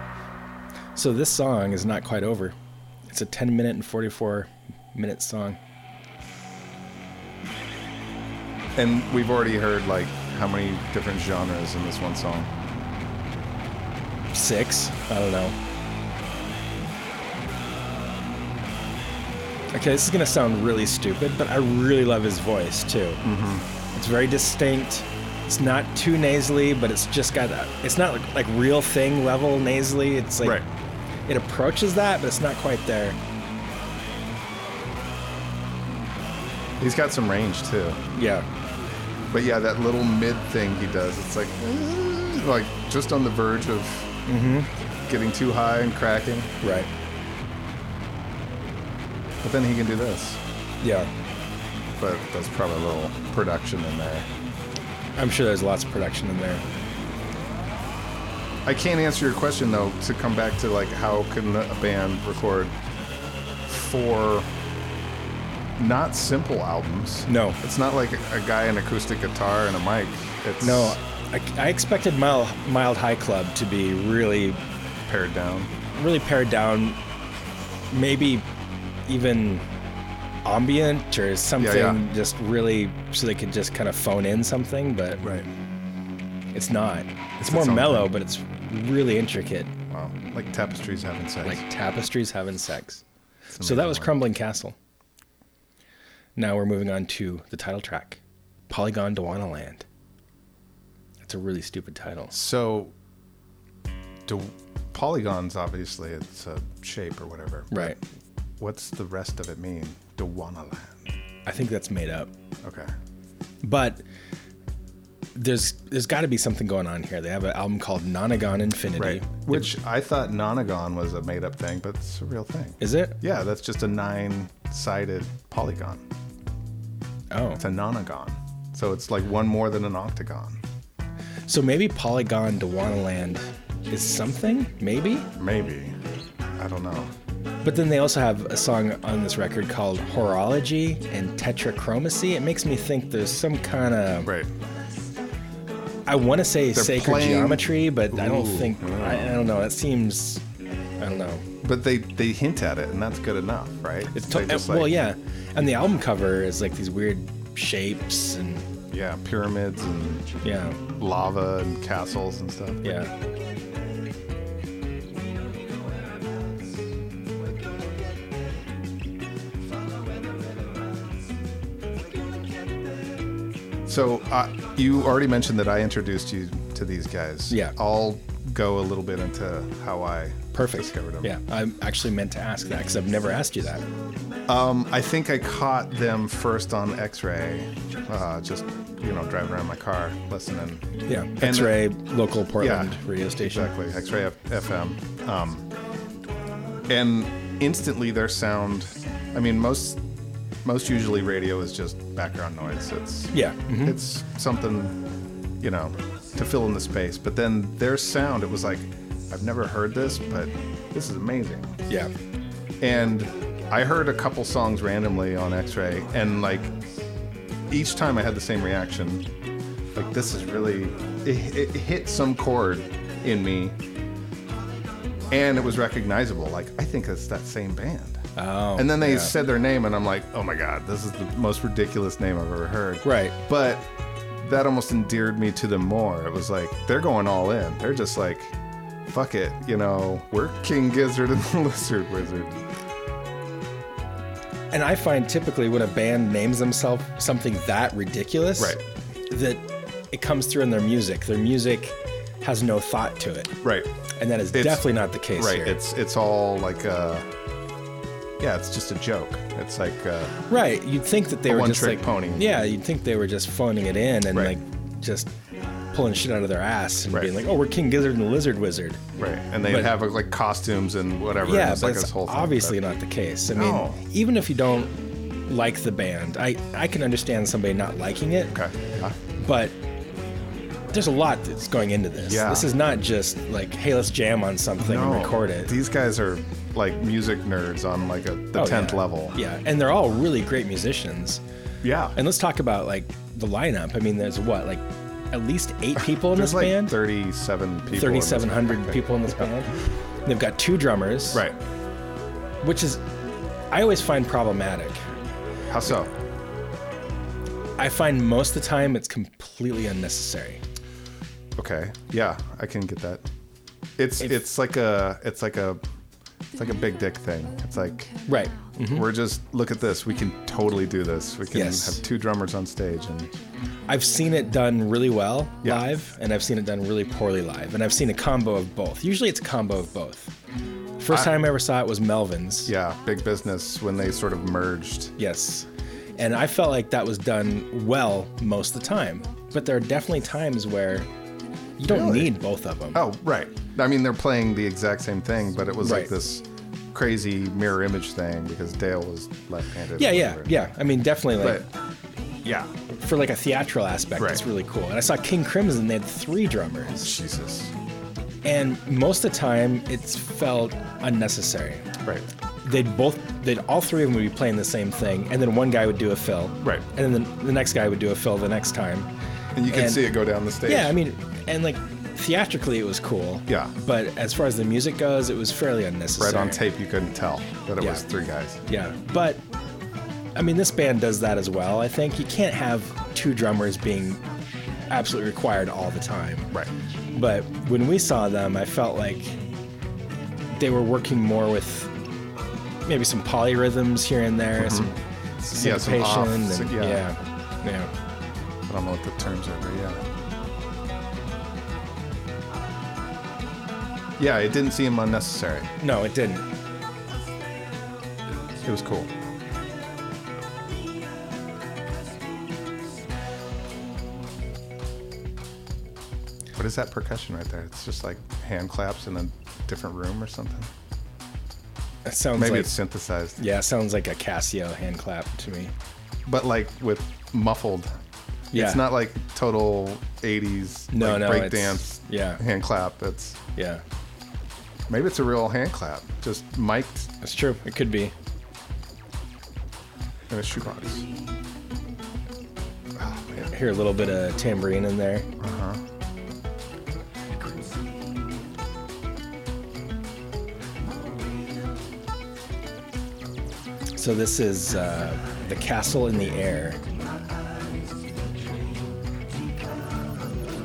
[SPEAKER 1] So this song is not quite over. It's a 10 minute and 44 minute song.
[SPEAKER 3] And we've already heard like how many different genres in this one song.
[SPEAKER 1] Six? I don't know. Okay, this is gonna sound really stupid, but I really love his voice too. Mm-hmm. It's very distinct. It's not too nasally, but it's just got that. It's not like, like real thing level nasally. It's like
[SPEAKER 3] Right.
[SPEAKER 1] it approaches that, but it's not quite there.
[SPEAKER 3] He's got some range too.
[SPEAKER 1] Yeah.
[SPEAKER 3] But yeah, that little mid thing he does, it's like mm, like just on the verge of
[SPEAKER 1] Mm-hmm.
[SPEAKER 3] getting too high and cracking.
[SPEAKER 1] Right.
[SPEAKER 3] But then he can do this.
[SPEAKER 1] Yeah.
[SPEAKER 3] But that's probably a little production in there.
[SPEAKER 1] I'm sure there's lots of production in there.
[SPEAKER 3] I can't answer your question though. To come back to like, how can a band record four not simple albums?
[SPEAKER 1] No.
[SPEAKER 3] it's not like a guy an acoustic guitar and a mic. It's
[SPEAKER 1] No, I, I expected Mild, Mild High Club to be really,
[SPEAKER 3] pared down.
[SPEAKER 1] really pared down, maybe even ambient or something, just really so they could just kind of phone in something, but
[SPEAKER 3] Right.
[SPEAKER 1] it's not. It's,
[SPEAKER 3] It's
[SPEAKER 1] more
[SPEAKER 3] its own
[SPEAKER 1] mellow,
[SPEAKER 3] thing.
[SPEAKER 1] but it's really intricate,
[SPEAKER 3] Wow. Like tapestries having sex.
[SPEAKER 1] like tapestries having sex. So that was Crumbling Castle. Now we're moving on to the title track Polygon Duana Land. That's a really stupid title.
[SPEAKER 3] So, do polygons obviously it's a shape or whatever. but
[SPEAKER 1] Right.
[SPEAKER 3] What's the rest of it mean? Duwana land.
[SPEAKER 1] I think that's made up.
[SPEAKER 3] Okay.
[SPEAKER 1] but there's there's got to be something going on here. They have an album called Nonagon Infinity.
[SPEAKER 3] Which I thought nonagon was a made-up thing, but it's a real thing.
[SPEAKER 1] Is it?
[SPEAKER 3] Yeah, that's just a nine-sided polygon.
[SPEAKER 1] Oh,
[SPEAKER 3] It's a nonagon. So it's like one more than an octagon.
[SPEAKER 1] so maybe Polygon Dewana Land is something, maybe.
[SPEAKER 3] Maybe. I don't know.
[SPEAKER 1] But then they also have a song on this record called Horology and Tetrachromacy. It makes me think there's some kind of
[SPEAKER 3] Right.
[SPEAKER 1] I want to say sacred
[SPEAKER 3] playing-
[SPEAKER 1] geometry, but I don't
[SPEAKER 3] Ooh,
[SPEAKER 1] think
[SPEAKER 3] I don't
[SPEAKER 1] I, I don't know. That seems I don't know.
[SPEAKER 3] But they they hint at it, and that's good enough, right?
[SPEAKER 1] It's
[SPEAKER 3] They
[SPEAKER 1] to-
[SPEAKER 3] just,
[SPEAKER 1] well,
[SPEAKER 3] like,
[SPEAKER 1] yeah, and the album cover is like these weird shapes and
[SPEAKER 3] Yeah, pyramids and
[SPEAKER 1] yeah.
[SPEAKER 3] lava and castles and stuff.
[SPEAKER 1] Yeah.
[SPEAKER 3] So uh, you already mentioned that I introduced you to these guys.
[SPEAKER 1] Yeah.
[SPEAKER 3] I'll go a little bit into how I
[SPEAKER 1] Perfect.
[SPEAKER 3] discovered them.
[SPEAKER 1] Yeah, I actually meant to ask that because I've never asked you that.
[SPEAKER 3] Um, I think I caught them first on X-Ray, uh, just you know driving around my car listening.
[SPEAKER 1] Yeah,
[SPEAKER 3] uh,
[SPEAKER 1] X-ray local Portland radio station.
[SPEAKER 3] Exactly, X-Ray F- FM. Um, and instantly their sound. I mean, most most usually radio is just background noise. It's
[SPEAKER 1] Yeah, mhm.
[SPEAKER 3] it's something you know to fill in the space. But then their sound, it was like I've never heard this, but this is amazing
[SPEAKER 1] yeah,
[SPEAKER 3] and I heard a couple songs randomly on X-Ray, and like each time I had the same reaction. Like this is really it, it hit some chord in me, and it was recognizable. Like I think it's that same band.
[SPEAKER 1] Oh,
[SPEAKER 3] and then they
[SPEAKER 1] yeah.
[SPEAKER 3] said their name, and I'm like, oh my god, this is the most ridiculous name I've ever heard.
[SPEAKER 1] Right.
[SPEAKER 3] But that almost endeared me to them more. It was like they're going all in. They're just like, fuck it, you know, we're King Gizzard and the Lizard Wizard.
[SPEAKER 1] And I find typically when a band names themselves something that ridiculous,
[SPEAKER 3] Right.
[SPEAKER 1] that it comes through in their music. Their music has no thought to it.
[SPEAKER 3] Right.
[SPEAKER 1] And that is
[SPEAKER 3] It's-
[SPEAKER 1] definitely not the case
[SPEAKER 3] Right.
[SPEAKER 1] here.
[SPEAKER 3] It's it's all like uh yeah, it's just a joke. It's like uh
[SPEAKER 1] right. You'd think that they were just
[SPEAKER 3] one-trick
[SPEAKER 1] like
[SPEAKER 3] pony.
[SPEAKER 1] Yeah, you'd think they were just phoning it in and
[SPEAKER 3] Right.
[SPEAKER 1] like just pulling shit out of their ass and
[SPEAKER 3] Right.
[SPEAKER 1] being like, "Oh, we're King Gizzard and the Lizard Wizard."
[SPEAKER 3] right. And they
[SPEAKER 1] But-
[SPEAKER 3] have uh, like costumes and whatever. and
[SPEAKER 1] Yeah,
[SPEAKER 3] it's
[SPEAKER 1] but
[SPEAKER 3] like
[SPEAKER 1] it's
[SPEAKER 3] this whole thing, but-
[SPEAKER 1] obviously not the case. I mean,
[SPEAKER 3] No.
[SPEAKER 1] even if you don't like the band, I I can understand somebody not liking it.
[SPEAKER 3] Okay. Yeah.
[SPEAKER 1] but there's a lot that's going into this.
[SPEAKER 3] Yeah.
[SPEAKER 1] This is not just like, hey, let's jam on something
[SPEAKER 3] No,
[SPEAKER 1] and record it.
[SPEAKER 3] These guys are like music nerds on like a the
[SPEAKER 1] Oh,
[SPEAKER 3] tenth
[SPEAKER 1] yeah.
[SPEAKER 3] level.
[SPEAKER 1] Yeah, and they're all really great musicians.
[SPEAKER 3] Yeah.
[SPEAKER 1] And let's talk about like the lineup. I mean, there's what like at least eight people in
[SPEAKER 3] there's
[SPEAKER 1] this
[SPEAKER 3] like
[SPEAKER 1] band.
[SPEAKER 3] thirty-seven people. in this
[SPEAKER 1] Thirty-seven
[SPEAKER 3] band, I
[SPEAKER 1] hundred
[SPEAKER 3] think.
[SPEAKER 1] people in this band. They've got two drummers,
[SPEAKER 3] Right.
[SPEAKER 1] Which is, I always find problematic.
[SPEAKER 3] How so?
[SPEAKER 1] I find most of the time it's completely unnecessary.
[SPEAKER 3] Okay. Yeah, I can get that. It's
[SPEAKER 1] If-
[SPEAKER 3] it's like a it's like a it's like a big dick thing. It's like
[SPEAKER 1] Right.
[SPEAKER 3] we're just look at this. We can totally do this. We can
[SPEAKER 1] Mm-hmm. Yes.
[SPEAKER 3] have two drummers on stage and
[SPEAKER 1] I've seen it done really well
[SPEAKER 3] Yeah.
[SPEAKER 1] live, and I've seen it done really poorly live, and I've seen a combo of both. Usually, it's a combo of both. First
[SPEAKER 3] I-
[SPEAKER 1] time I ever saw it was Melvin's.
[SPEAKER 3] yeah, big business when they sort of merged.
[SPEAKER 1] Yes, and I felt like that was done well most of the time. But there are definitely times where you don't
[SPEAKER 3] Really?
[SPEAKER 1] need both of them.
[SPEAKER 3] Oh, right. I mean, they're playing the exact same thing, but it was
[SPEAKER 1] Right.
[SPEAKER 3] like this crazy mirror image thing because Dale was left-handed.
[SPEAKER 1] yeah,
[SPEAKER 3] or
[SPEAKER 1] yeah,
[SPEAKER 3] whatever.
[SPEAKER 1] yeah. I mean, definitely like
[SPEAKER 3] But yeah,
[SPEAKER 1] for like a theatrical aspect,
[SPEAKER 3] Right.
[SPEAKER 1] it's really cool. And I saw King Crimson; they had three drummers,
[SPEAKER 3] Jesus.
[SPEAKER 1] and most of the time, it's felt unnecessary.
[SPEAKER 3] Right.
[SPEAKER 1] they'd both they'd all three of them would be playing the same thing and then one guy would do a fill
[SPEAKER 3] Right.
[SPEAKER 1] and then the, the next guy would do a fill the next time
[SPEAKER 3] And you can
[SPEAKER 1] And-
[SPEAKER 3] see it go down the stage.
[SPEAKER 1] yeah i mean and like theatrically it was cool
[SPEAKER 3] Yeah.
[SPEAKER 1] but as far as the music goes it was fairly
[SPEAKER 3] right
[SPEAKER 1] unnecessary
[SPEAKER 3] on tape, you couldn't tell that it
[SPEAKER 1] Yeah.
[SPEAKER 3] was three guys.
[SPEAKER 1] yeah but i mean this band does that as well i think you can't have two drummers being absolutely required all the time
[SPEAKER 3] Right.
[SPEAKER 1] but when we saw them i felt like they were working more with maybe some polyrhythms here and there some
[SPEAKER 3] Mm-hmm. Yeah, some off,
[SPEAKER 1] syncopation
[SPEAKER 3] so-
[SPEAKER 1] and-
[SPEAKER 3] yeah.
[SPEAKER 1] yeah, yeah.
[SPEAKER 3] I don't know what the terms are, but yeah. Yeah, it didn't seem unnecessary.
[SPEAKER 1] No, it didn't.
[SPEAKER 3] It was cool. What is that percussion right there? It's just like hand claps in a different room or something.
[SPEAKER 1] It sounds
[SPEAKER 3] Maybe
[SPEAKER 1] like
[SPEAKER 3] it's synthesized,
[SPEAKER 1] yeah, it sounds like a Casio hand clap to me.
[SPEAKER 3] but like with muffled.
[SPEAKER 1] Yeah.
[SPEAKER 3] It's not like total 80s
[SPEAKER 1] No,
[SPEAKER 3] like
[SPEAKER 1] no,
[SPEAKER 3] breakdance
[SPEAKER 1] it's- yeah.
[SPEAKER 3] hand clap. It's
[SPEAKER 1] Yeah,
[SPEAKER 3] maybe it's a real hand clap, just mic'd
[SPEAKER 1] that's true. It could be.
[SPEAKER 3] in a shoebox. Oh, man.
[SPEAKER 1] I hear a little bit of tambourine in there. So this is uh, the castle in the air.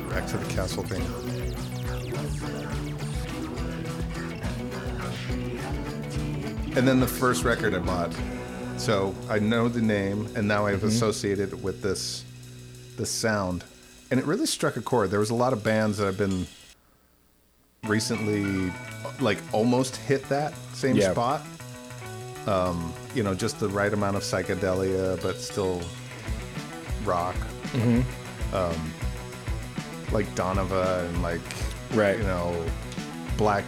[SPEAKER 3] Back to the castle thing. And then the first record I bought. So I know the name, and now I've associated it with this, this sound, and it really struck a chord. There was a lot of bands that I've been recently, like almost hit that same
[SPEAKER 1] Yeah.
[SPEAKER 3] spot. Um, you know, just the right amount of psychedelia, but still rock
[SPEAKER 1] Mm-hmm.
[SPEAKER 3] Um, like Donova and like
[SPEAKER 1] Right.
[SPEAKER 3] you know Black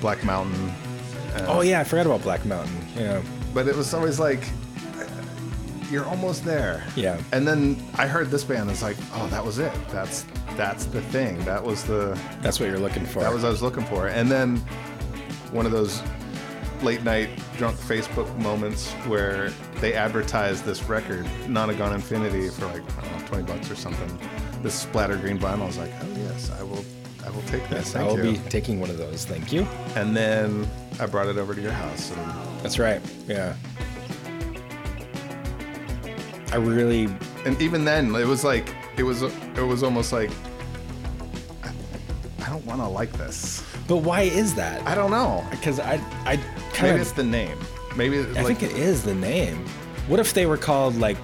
[SPEAKER 3] Black Mountain. Uh,
[SPEAKER 1] Oh yeah, I forgot about Black Mountain. Yeah,
[SPEAKER 3] But it was always like uh, you're almost there.
[SPEAKER 1] Yeah.
[SPEAKER 3] And then I heard this band it's like, oh that was it. That's that's the thing. That was the
[SPEAKER 1] that's what you're looking for.
[SPEAKER 3] that was what I was looking for. And then one of those late night drunk Facebook moments where they advertised this record, Nonagon Infinity, for like I don't know, twenty bucks or something. This splatter green vinyl I was like, oh yes, I will, I will take this.
[SPEAKER 1] Yes,
[SPEAKER 3] Thank
[SPEAKER 1] I will be
[SPEAKER 3] you.
[SPEAKER 1] taking one of those. Thank you.
[SPEAKER 3] And then I brought it over to your house, and,
[SPEAKER 1] That's right. Yeah. I really
[SPEAKER 3] and even then it was like it was it was almost like I, I don't want to like this.
[SPEAKER 1] But why is that?
[SPEAKER 3] I don't know.
[SPEAKER 1] Because I I
[SPEAKER 3] Maybe
[SPEAKER 1] kind
[SPEAKER 3] it's
[SPEAKER 1] of
[SPEAKER 3] the name. Maybe it's
[SPEAKER 1] I
[SPEAKER 3] like
[SPEAKER 1] think it is the name. What if they were called like,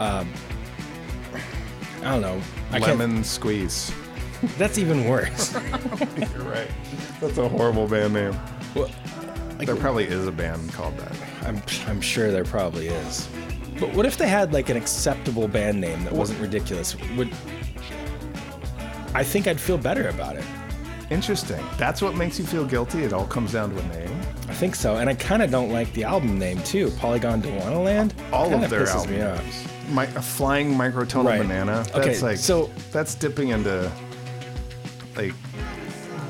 [SPEAKER 1] um, I don't know. I can't-
[SPEAKER 3] Lemon Squeeze.
[SPEAKER 1] That's even worse.
[SPEAKER 3] You're right. That's a horrible band name.
[SPEAKER 1] Well, like,
[SPEAKER 3] There probably is a band called that.
[SPEAKER 1] I'm, I'm sure there probably is. But what if they had like an acceptable band name that wasn't ridiculous? Would I think I'd feel better about it.
[SPEAKER 3] Interesting. That's what makes you feel guilty. It all comes down to a name.
[SPEAKER 1] I think so, and I kind of don't like the album name too. Polygon Duana Land.
[SPEAKER 3] All
[SPEAKER 1] Kinda
[SPEAKER 3] of their
[SPEAKER 1] pisses me off.
[SPEAKER 3] albums. My, a flying microtonal
[SPEAKER 1] Right.
[SPEAKER 3] banana. That's
[SPEAKER 1] Okay,
[SPEAKER 3] like
[SPEAKER 1] so-
[SPEAKER 3] that's dipping into like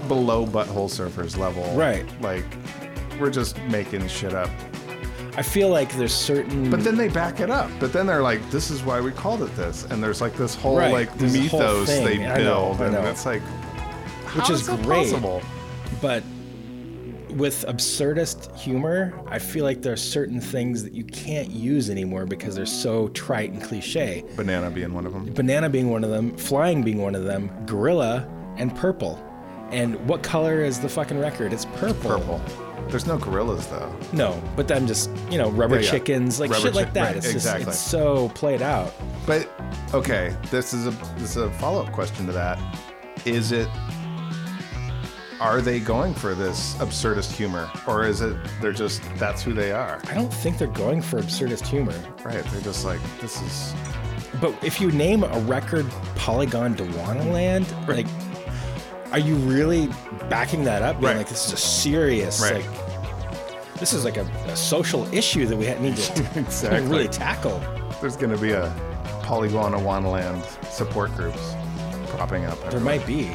[SPEAKER 3] below butthole surfers level.
[SPEAKER 1] Right.
[SPEAKER 3] Like we're just making shit up.
[SPEAKER 1] I feel like there's certain.
[SPEAKER 3] But then they back it up. But then they're like, "This is why we called it this." And there's like this whole
[SPEAKER 1] Right.
[SPEAKER 3] like
[SPEAKER 1] There's a whole
[SPEAKER 3] mythos
[SPEAKER 1] thing.
[SPEAKER 3] they
[SPEAKER 1] I know,
[SPEAKER 3] build,
[SPEAKER 1] I know.
[SPEAKER 3] and it's like
[SPEAKER 1] which
[SPEAKER 3] how
[SPEAKER 1] is,
[SPEAKER 3] that
[SPEAKER 1] great.
[SPEAKER 3] possible?
[SPEAKER 1] But with absurdist humor, I feel like there are certain things that you can't use anymore because they're so trite and cliche.
[SPEAKER 3] Banana being one of them.
[SPEAKER 1] Banana being one of them, flying being one of them, gorilla, and purple. And what color is the fucking record? It's purple.
[SPEAKER 3] Purple. There's no gorillas though.
[SPEAKER 1] No, but I'm just, you know, rubber
[SPEAKER 3] Yeah, yeah.
[SPEAKER 1] chickens, like
[SPEAKER 3] Rubber
[SPEAKER 1] shit like
[SPEAKER 3] chick-
[SPEAKER 1] that.
[SPEAKER 3] right,
[SPEAKER 1] it's
[SPEAKER 3] exactly.
[SPEAKER 1] just, it's so played out.
[SPEAKER 3] But okay, this is a this is a follow up question to that. Is it are they going for this absurdist humor, or is it they're just that's who they are?
[SPEAKER 1] I don't think they're going for absurdist humor.
[SPEAKER 3] Right? They're just like this is
[SPEAKER 1] But if you name a record Polygon Duana Land, like, are you really backing that up? Being
[SPEAKER 3] Right.
[SPEAKER 1] Like, this is a serious,
[SPEAKER 3] Right.
[SPEAKER 1] like, this is like a, a social issue that we ha- need to
[SPEAKER 3] Exactly.
[SPEAKER 1] really tackle.
[SPEAKER 3] there's going to be a polygon land support groups propping up.
[SPEAKER 1] There might be.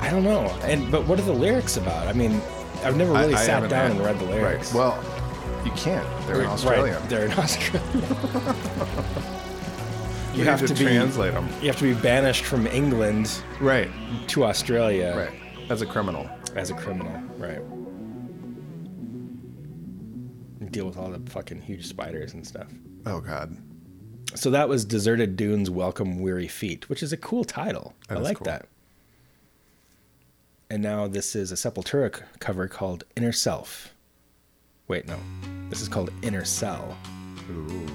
[SPEAKER 1] I don't know. And but what are the lyrics about? I mean, I've never really
[SPEAKER 3] I- I
[SPEAKER 1] sat
[SPEAKER 3] haven't
[SPEAKER 1] down
[SPEAKER 3] had-
[SPEAKER 1] and read the lyrics.
[SPEAKER 3] Right. Well, you can't. They're in Australia.
[SPEAKER 1] Right, they're in Australia.
[SPEAKER 3] you have to, translate them.
[SPEAKER 1] You have to be banished from England
[SPEAKER 3] Right.
[SPEAKER 1] to Australia
[SPEAKER 3] Right. As a criminal.
[SPEAKER 1] as a criminal. Right. And Deal with all the fucking huge spiders and stuff.
[SPEAKER 3] Oh God.
[SPEAKER 1] So that was Deserted Dunes Welcome Weary Feet, which is a cool title. I
[SPEAKER 3] is
[SPEAKER 1] like
[SPEAKER 3] cool.
[SPEAKER 1] that. And now this is a Sepultura c- cover called Inner Self. Wait, no. This is called Inner Cell.
[SPEAKER 3] Ooh.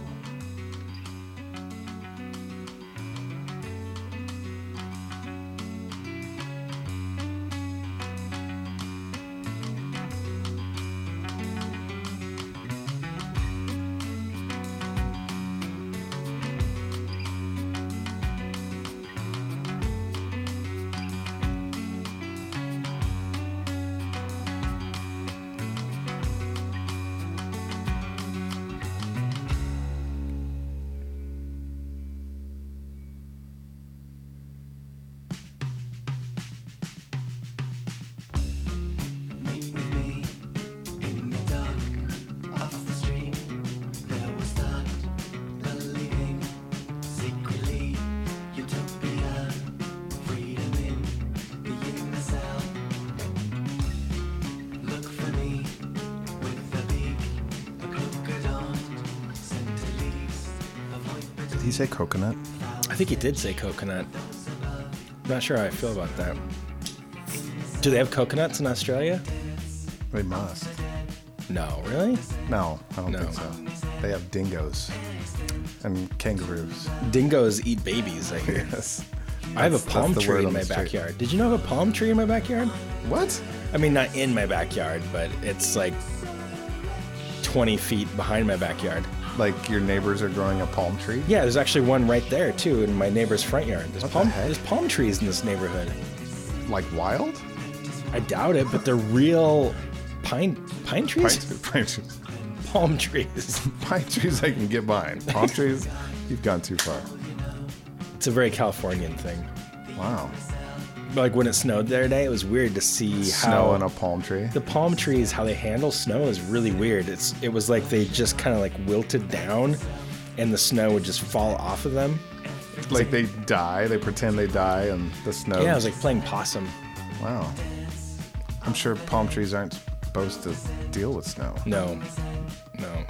[SPEAKER 4] Meet with me in the dark off the street that was start believing secretly utopia freedom in the inner cell. Look for me with a beak, a crocodile, center leaves, avoid
[SPEAKER 3] Did he say coconut?
[SPEAKER 1] I think he did say coconut. Not sure how I feel about that. Do they have coconuts in Australia?
[SPEAKER 3] They must.
[SPEAKER 1] No, really?
[SPEAKER 3] No, I don't
[SPEAKER 1] No.
[SPEAKER 3] think so. They have dingoes and kangaroos.
[SPEAKER 1] Dingoes eat babies, I hear.
[SPEAKER 3] Yes.
[SPEAKER 1] I have a
[SPEAKER 3] That's- that's
[SPEAKER 1] palm
[SPEAKER 3] the word
[SPEAKER 1] tree in
[SPEAKER 3] on
[SPEAKER 1] my
[SPEAKER 3] the street.
[SPEAKER 1] backyard. Did you know I have a palm tree in my backyard?
[SPEAKER 3] What?
[SPEAKER 1] I mean, not in my backyard, but it's like 20 feet behind my backyard.
[SPEAKER 3] Like your neighbors are growing a palm tree?
[SPEAKER 1] Yeah, there's actually one right there too in my neighbor's front yard. There's
[SPEAKER 3] the
[SPEAKER 1] palm
[SPEAKER 3] heck?
[SPEAKER 1] there's palm trees in this neighborhood.
[SPEAKER 3] Like wild?
[SPEAKER 1] I doubt it, but they're real pine pine
[SPEAKER 3] Pine,
[SPEAKER 1] trees,
[SPEAKER 3] tre- pine trees.
[SPEAKER 1] palm trees.
[SPEAKER 3] Pine trees I can get behind. Palm trees, you've gone too far.
[SPEAKER 1] It's a very Californian thing.
[SPEAKER 3] Wow.
[SPEAKER 1] Like when it snowed the other day, it was weird to see
[SPEAKER 3] Snow
[SPEAKER 1] how
[SPEAKER 3] in a palm tree.
[SPEAKER 1] the palm trees how they handle snow is really weird. It's it was like they just kind of like wilted down, and the snow would just fall off of them.
[SPEAKER 3] Like they die, they pretend they die and the snow.
[SPEAKER 1] Yeah, it was like playing possum.
[SPEAKER 3] wow. I'm sure palm trees aren't supposed to deal with snow.
[SPEAKER 1] No, no,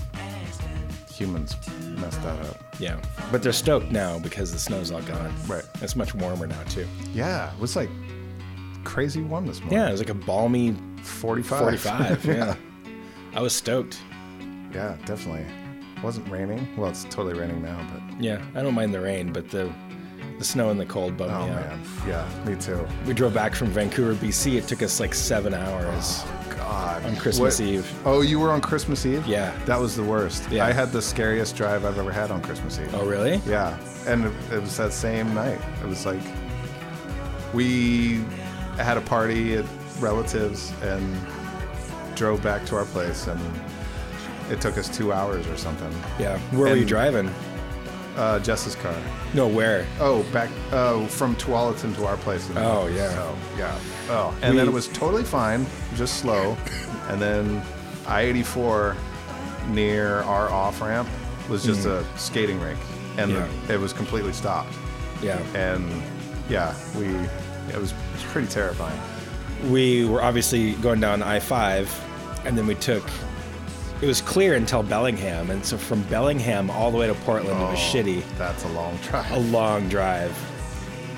[SPEAKER 3] Humans messed that up.
[SPEAKER 1] yeah. But they're stoked now because the snow's all gone.
[SPEAKER 3] Right.
[SPEAKER 1] It's much warmer now too.
[SPEAKER 3] Yeah, it was like crazy warm this morning.
[SPEAKER 1] Yeah, it was like a balmy
[SPEAKER 3] 45.
[SPEAKER 1] 45. yeah. I was stoked.
[SPEAKER 3] Yeah, definitely. Wasn't raining. Well, it's totally raining now, but
[SPEAKER 1] Yeah, I don't mind the rain, but the the snow and the cold bummed
[SPEAKER 3] oh
[SPEAKER 1] me out.
[SPEAKER 3] man, yeah, me too.
[SPEAKER 1] We drove back from Vancouver, BC. It took us like seven hours.
[SPEAKER 3] God, on
[SPEAKER 1] Christmas Eve.
[SPEAKER 3] Oh, you were on Christmas Eve?
[SPEAKER 1] Yeah.
[SPEAKER 3] that was the worst.
[SPEAKER 1] Yeah.
[SPEAKER 3] I had the scariest drive I've ever had on Christmas Eve.
[SPEAKER 1] Oh, really?
[SPEAKER 3] Yeah, and it- it was that same night. It was like we had a party at relatives and drove back to our place, and it took us two hours or something.
[SPEAKER 1] Yeah. Where were you
[SPEAKER 3] And-
[SPEAKER 1] driving?
[SPEAKER 3] Uh, Jess's car.
[SPEAKER 1] No, where?
[SPEAKER 3] Oh, back. Oh, from Tualatin to our place. in-
[SPEAKER 1] Oh, yeah.
[SPEAKER 3] So, yeah. Oh, and then it was totally fine, just slow. and then I-84 near our off ramp was just a skating rink, and
[SPEAKER 1] Mm. Yeah.
[SPEAKER 3] it was completely stopped.
[SPEAKER 1] Yeah.
[SPEAKER 3] And yeah, we. It was, it was pretty terrifying.
[SPEAKER 1] we were obviously going down I 5, and then we took. It was clear until Bellingham, and so from Bellingham all the way to Portland,
[SPEAKER 3] Oh.
[SPEAKER 1] it was shitty,
[SPEAKER 3] That's a long drive.
[SPEAKER 1] a long drive.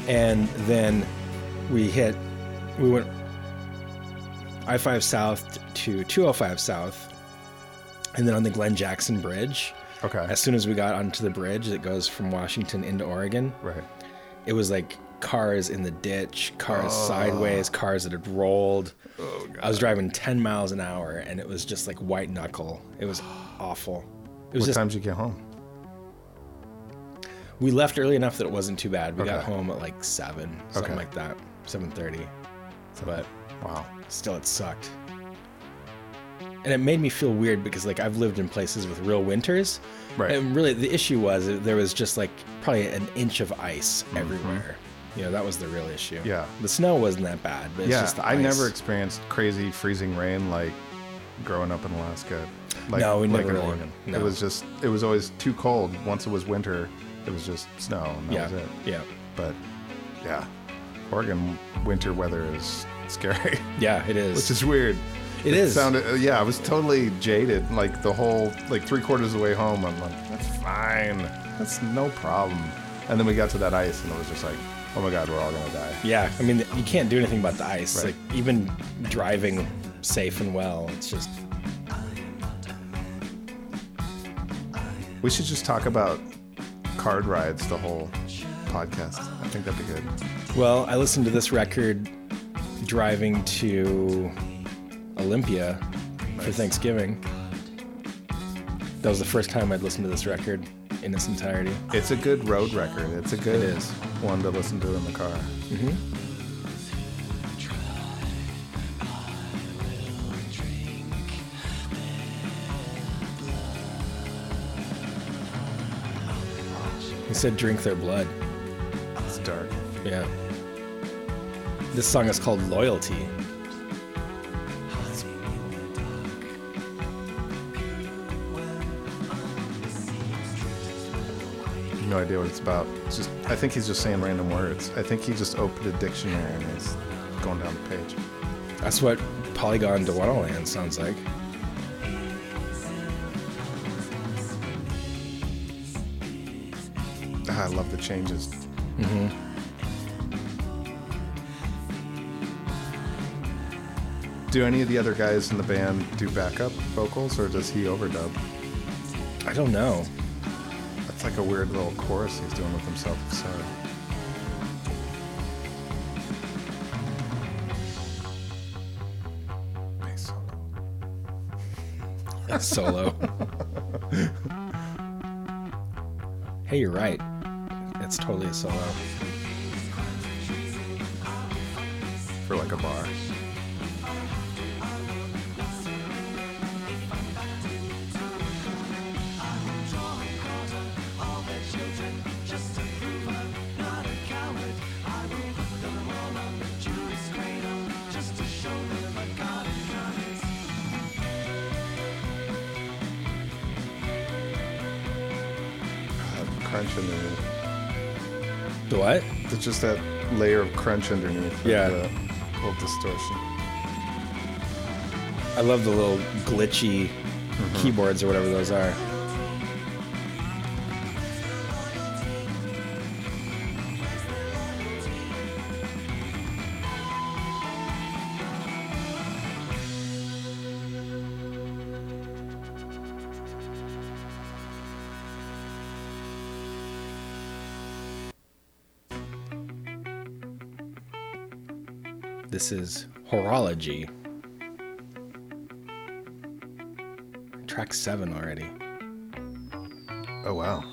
[SPEAKER 1] And then we hit, we went I 5 south to 205 south, and then on the Glen Jackson Bridge.
[SPEAKER 3] Okay.
[SPEAKER 1] As soon as we got onto the bridge that goes from Washington into Oregon,
[SPEAKER 3] Right.
[SPEAKER 1] it was like cars in the ditch, cars
[SPEAKER 3] Oh.
[SPEAKER 1] sideways, cars that had rolled. I was driving 10 miles an hour and it was just like white knuckle. It was awful. It was
[SPEAKER 3] What
[SPEAKER 1] just,
[SPEAKER 3] time did you get home?
[SPEAKER 1] we left early enough that it wasn't too bad. We got
[SPEAKER 3] Okay.
[SPEAKER 1] home at like 7, something
[SPEAKER 3] Okay.
[SPEAKER 1] like that, 7.30. But
[SPEAKER 3] Wow.
[SPEAKER 1] still it sucked. And it made me feel weird because like I've lived in places with real winters.
[SPEAKER 3] Right.
[SPEAKER 1] And really the issue was that there was just like probably an inch of ice everywhere. You know, that was the real issue.
[SPEAKER 3] Mm-hmm. Yeah.
[SPEAKER 1] The snow wasn't that bad, but it's
[SPEAKER 3] yeah,
[SPEAKER 1] just the
[SPEAKER 3] I
[SPEAKER 1] ice.
[SPEAKER 3] never experienced crazy freezing rain like growing up in Alaska. Like,
[SPEAKER 1] No, we
[SPEAKER 3] like
[SPEAKER 1] never
[SPEAKER 3] in
[SPEAKER 1] really-
[SPEAKER 3] Oregon.
[SPEAKER 1] no.
[SPEAKER 3] It was just it was always too cold. Once it was winter, it was just snow and that
[SPEAKER 1] yeah.
[SPEAKER 3] was it.
[SPEAKER 1] Yeah.
[SPEAKER 3] But yeah. Oregon winter weather is scary.
[SPEAKER 1] Yeah, it is.
[SPEAKER 3] Which is weird.
[SPEAKER 1] It is.
[SPEAKER 3] Sounded uh, yeah, I was totally jaded. Like the whole like three quarters of the way home, I'm like, that's fine. That's no problem. And then we got to that ice and it was just like, oh my god, we're all gonna die.
[SPEAKER 1] yeah. I mean, you can't do anything about the ice.
[SPEAKER 3] Right.
[SPEAKER 1] Like even driving safe and well, it's just
[SPEAKER 3] We should just talk about card rides the whole podcast. I think that'd be good.
[SPEAKER 1] Well, I listened to this record driving to Olympia for Thanksgiving. That was the first time I'd listened to this record in its entirety.
[SPEAKER 3] It's a good road record. It's a good
[SPEAKER 1] It is.
[SPEAKER 3] one to listen to in the car.
[SPEAKER 1] He said, Drink Their Blood.
[SPEAKER 3] It's dark.
[SPEAKER 1] Yeah. This song is called Loyalty.
[SPEAKER 3] No idea what it's about. It's just I think he's just saying random words. I think he just opened a dictionary and he's going down the page.
[SPEAKER 1] That's what Polygon Land sounds like.
[SPEAKER 3] Ah, I love the changes.
[SPEAKER 1] Mm-hmm.
[SPEAKER 3] Do any of the other guys in the band do backup vocals or does he overdub?
[SPEAKER 1] I don't know.
[SPEAKER 3] That's like a weird little chorus he's doing with himself. So Bass solo.
[SPEAKER 1] Solo. hey, you're right. It's totally a solo.
[SPEAKER 3] for like a bar. God, Crunch underneath.
[SPEAKER 1] The what?
[SPEAKER 3] It's just that layer of crunch underneath. of
[SPEAKER 1] Yeah.
[SPEAKER 3] The little distortion.
[SPEAKER 1] I love the little glitchy keyboards or whatever those are. This is Horology. Track seven already.
[SPEAKER 3] Oh wow.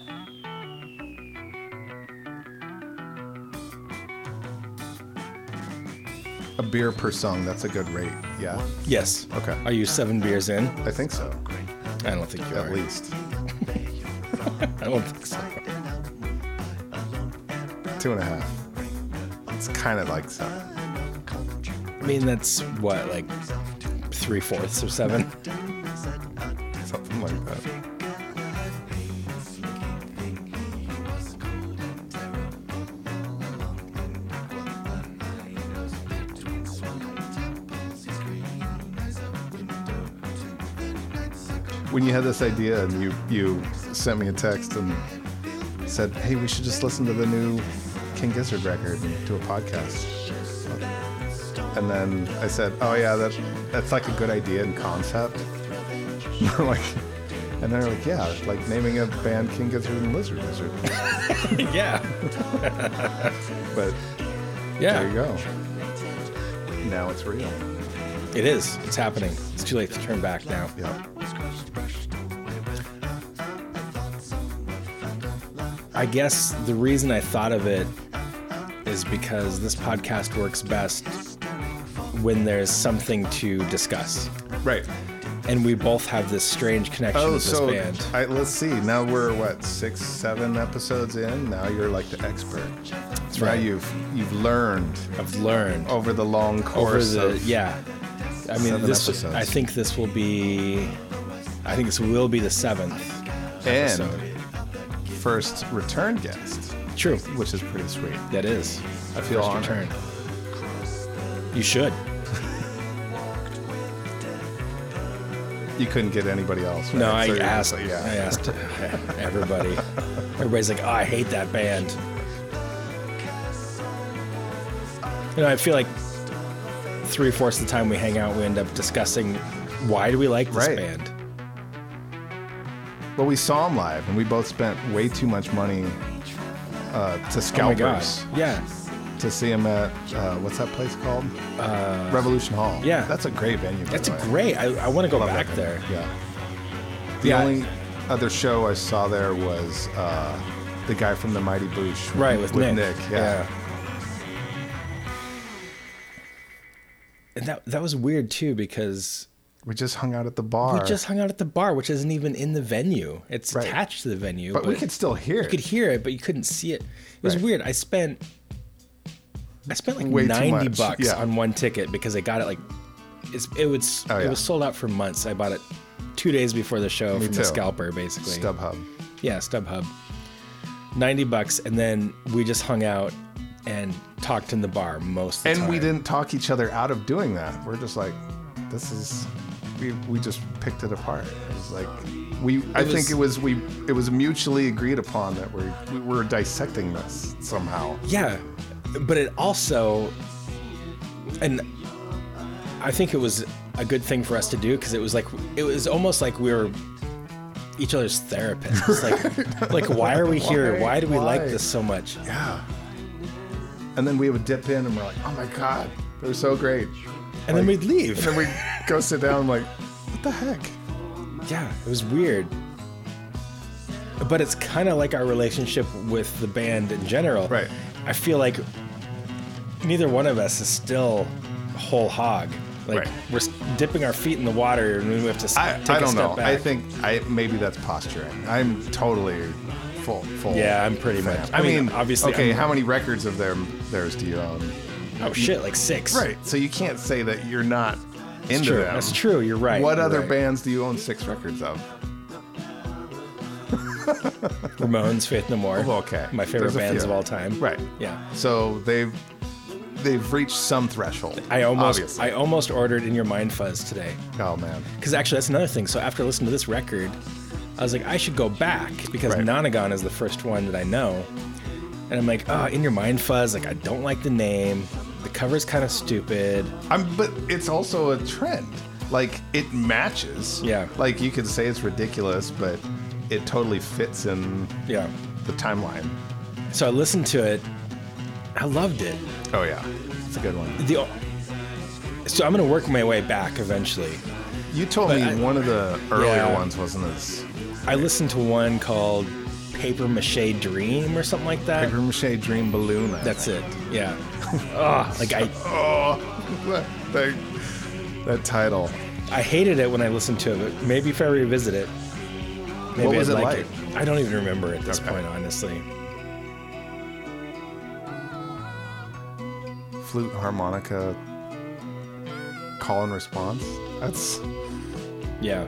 [SPEAKER 3] A beer per song, that's a good rate. Yeah.
[SPEAKER 1] Yes.
[SPEAKER 3] Okay.
[SPEAKER 1] Are you seven beers in?
[SPEAKER 3] I think so.
[SPEAKER 1] I don't think you are.
[SPEAKER 3] At least.
[SPEAKER 1] I don't think so.
[SPEAKER 3] Two and a half. It's kind of like so.
[SPEAKER 1] I mean, that's what, like three fourths of seven?
[SPEAKER 3] Something like that. When you had this idea and you, you sent me a text and said, hey, we should just listen to the new King Gizzard record and do a podcast. And then I said, oh, yeah, that, that's like a good idea and concept. like, and they're like, yeah, like naming a band King Gizzard and Lizard Wizard.
[SPEAKER 1] yeah.
[SPEAKER 3] But there
[SPEAKER 1] Yeah.
[SPEAKER 3] you go. Now it's real.
[SPEAKER 1] It is. It's happening. It's too late to turn back now.
[SPEAKER 3] Yeah.
[SPEAKER 1] I guess the reason I thought of it is because this podcast works best when there's something to discuss.
[SPEAKER 3] Right.
[SPEAKER 1] And we both have this strange connection
[SPEAKER 3] Oh,
[SPEAKER 1] with this
[SPEAKER 3] so
[SPEAKER 1] band.
[SPEAKER 3] I, let's see. Now we're what six, seven episodes in. Now you're like the expert. That's now
[SPEAKER 1] right.
[SPEAKER 3] you've you've learned
[SPEAKER 1] I've learned
[SPEAKER 3] over the long
[SPEAKER 1] over
[SPEAKER 3] course
[SPEAKER 1] the
[SPEAKER 3] of
[SPEAKER 1] yeah. I mean,
[SPEAKER 3] seven
[SPEAKER 1] this.
[SPEAKER 3] episodes.
[SPEAKER 1] I think this will be. I think this will be the seventh.
[SPEAKER 3] and
[SPEAKER 1] episode.
[SPEAKER 3] first return guest,
[SPEAKER 1] True.
[SPEAKER 3] which is pretty sweet.
[SPEAKER 1] That is.
[SPEAKER 3] I feel
[SPEAKER 1] First
[SPEAKER 3] honored.
[SPEAKER 1] return. You should.
[SPEAKER 3] You couldn't get anybody else. Right?
[SPEAKER 1] No, I
[SPEAKER 3] So you're just
[SPEAKER 1] asked.
[SPEAKER 3] like,
[SPEAKER 1] I asked everybody. Everybody's like, oh, I hate that band. You know, I feel like three fourths of the time we hang out, we end up discussing why do we like this
[SPEAKER 3] Right.
[SPEAKER 1] band. Oh
[SPEAKER 3] Well, we saw him live, and we both spent way too much money uh, to
[SPEAKER 1] Oh my
[SPEAKER 3] scalpers
[SPEAKER 1] gosh. Yeah.
[SPEAKER 3] to see him at uh, what's that place called? Uh, Revolution Hall.
[SPEAKER 1] yeah.
[SPEAKER 3] that's a great venue. by
[SPEAKER 1] That's
[SPEAKER 3] the way.
[SPEAKER 1] great. I, I want to go
[SPEAKER 3] Love that
[SPEAKER 1] back
[SPEAKER 3] venue.
[SPEAKER 1] there.
[SPEAKER 3] Yeah. The
[SPEAKER 1] Yeah.
[SPEAKER 3] only other show I saw there was uh, the guy from the Mighty Boosh.
[SPEAKER 1] Right, with,
[SPEAKER 3] Nick. Yeah.
[SPEAKER 1] And that that was weird too because
[SPEAKER 3] we just hung out at the bar.
[SPEAKER 1] we just hung out at the bar, which isn't even in the venue. It's
[SPEAKER 3] Right.
[SPEAKER 1] attached to the venue,
[SPEAKER 3] but we could still hear.
[SPEAKER 1] you could hear it, but you couldn't see it. It was
[SPEAKER 3] Right.
[SPEAKER 1] weird. I spent I spent like
[SPEAKER 3] Way too
[SPEAKER 1] ninety
[SPEAKER 3] much.
[SPEAKER 1] bucks
[SPEAKER 3] Yeah.
[SPEAKER 1] on one ticket because I got it like it's, it was
[SPEAKER 3] Oh, yeah.
[SPEAKER 1] it was sold out for months. I bought it two days before the show from
[SPEAKER 3] too.
[SPEAKER 1] a scalper, basically.
[SPEAKER 3] StubHub.
[SPEAKER 1] Yeah, StubHub. 90 bucks, and then we just hung out and talked in the bar most of the
[SPEAKER 3] and we
[SPEAKER 1] time.
[SPEAKER 3] didn't talk each other out of doing that. We're just like, this is, we, we just picked it apart. It was like, we, I
[SPEAKER 1] was-
[SPEAKER 3] think it was, we, it was mutually agreed upon that we, we were dissecting this somehow.
[SPEAKER 1] Yeah, but it also, and I think it was a good thing for us to do because it was like it was almost like we were each other's therapists. Like, like why are we here?
[SPEAKER 3] Why?
[SPEAKER 1] Why do we like
[SPEAKER 3] Why?
[SPEAKER 1] this so much?
[SPEAKER 3] Yeah. And then we would dip in and we're like, oh my God, they're so great.
[SPEAKER 1] And then
[SPEAKER 3] Like-
[SPEAKER 1] we'd leave.
[SPEAKER 3] And then we go sit down like, what the heck?
[SPEAKER 1] Yeah, it was weird. But it's kind of like our relationship with the band in general.
[SPEAKER 3] Right.
[SPEAKER 1] I feel like neither one of us is still whole hog. Like
[SPEAKER 3] Right.
[SPEAKER 1] we're s- dipping our feet in the water, and we have to s-
[SPEAKER 3] I,
[SPEAKER 1] take
[SPEAKER 3] I
[SPEAKER 1] a
[SPEAKER 3] don't
[SPEAKER 1] step
[SPEAKER 3] know.
[SPEAKER 1] back.
[SPEAKER 3] I think I maybe that's posturing. I'm totally full, full.
[SPEAKER 1] Yeah, I'm pretty much.
[SPEAKER 3] I mean,
[SPEAKER 1] obviously.
[SPEAKER 3] Okay,
[SPEAKER 1] I'm-
[SPEAKER 3] how many records of their, theirs do you own?
[SPEAKER 1] oh shit, like six.
[SPEAKER 3] Right. So you can't say that you're not into
[SPEAKER 1] That's true.
[SPEAKER 3] them.
[SPEAKER 1] That's true. You're right.
[SPEAKER 3] What
[SPEAKER 1] you're
[SPEAKER 3] other
[SPEAKER 1] right.
[SPEAKER 3] bands do you own six records of?
[SPEAKER 1] Ramones, Faith No More.
[SPEAKER 3] Well, Oh, okay.
[SPEAKER 1] My favorite
[SPEAKER 3] There's a
[SPEAKER 1] bands
[SPEAKER 3] few.
[SPEAKER 1] of all time.
[SPEAKER 3] Right.
[SPEAKER 1] Yeah.
[SPEAKER 3] So they've they've reached some threshold.
[SPEAKER 1] I almost,
[SPEAKER 3] obviously.
[SPEAKER 1] I almost ordered in your mind fuzz today.
[SPEAKER 3] oh man.
[SPEAKER 1] Because actually, that's another thing. So after listening to this record, I was like, I should go back because
[SPEAKER 3] Right.
[SPEAKER 1] Nonagon is the first one that I know. And I'm like, oh, In Your Mind Fuzz, like, I don't like the name. The cover's kind of stupid.
[SPEAKER 3] I'm but it's also a trend. Like it matches.
[SPEAKER 1] Yeah.
[SPEAKER 3] Like you could say it's ridiculous, but it totally fits in
[SPEAKER 1] Yeah.
[SPEAKER 3] the timeline.
[SPEAKER 1] So I listened to it. I loved it.
[SPEAKER 3] Oh yeah. It's a good one.
[SPEAKER 1] The, so I'm gonna work my way back eventually.
[SPEAKER 3] You told me
[SPEAKER 1] I-
[SPEAKER 3] one of the earlier
[SPEAKER 1] Yeah.
[SPEAKER 3] ones wasn't as
[SPEAKER 1] I listened to one called Paper Mache Dream or something like that.
[SPEAKER 3] paper mache dream balloon. I
[SPEAKER 1] That's
[SPEAKER 3] think.
[SPEAKER 1] it. Yeah.
[SPEAKER 3] Ah,
[SPEAKER 1] Ugh, like I,
[SPEAKER 3] Oh, that, that title.
[SPEAKER 1] I hated it when I listened to it. But maybe if I revisit it, maybe
[SPEAKER 3] What was
[SPEAKER 1] I'd
[SPEAKER 3] it
[SPEAKER 1] like
[SPEAKER 3] like?
[SPEAKER 1] it. I don't even remember at this
[SPEAKER 3] Okay.
[SPEAKER 1] point, honestly.
[SPEAKER 3] Flute, harmonica, call and response. That's
[SPEAKER 1] Yeah.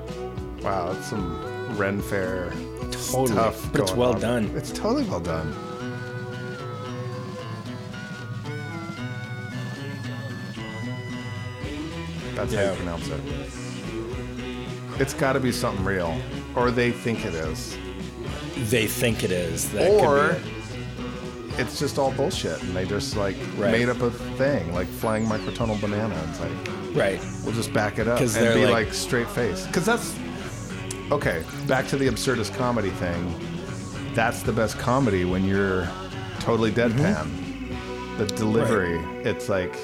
[SPEAKER 3] wow. That's some Ren Fair
[SPEAKER 1] Totally.
[SPEAKER 3] stuff.
[SPEAKER 1] but it's
[SPEAKER 3] going
[SPEAKER 1] well
[SPEAKER 3] on.
[SPEAKER 1] done.
[SPEAKER 3] It's totally well done. That's how
[SPEAKER 1] Yeah.
[SPEAKER 3] you pronounce it. It's got to be something real, or they think it is.
[SPEAKER 1] They think it is. That
[SPEAKER 3] or
[SPEAKER 1] could be it.
[SPEAKER 3] it's just all bullshit and they just like
[SPEAKER 1] Right.
[SPEAKER 3] made up a thing like flying microtonal banana it's like
[SPEAKER 1] right.
[SPEAKER 3] we'll just back it up
[SPEAKER 1] 'Cause
[SPEAKER 3] and
[SPEAKER 1] they're
[SPEAKER 3] be
[SPEAKER 1] like-
[SPEAKER 3] like, straight face because that's okay back to the absurdist comedy thing that's the best comedy when you're totally deadpan
[SPEAKER 1] Mm-hmm.
[SPEAKER 3] the delivery it's like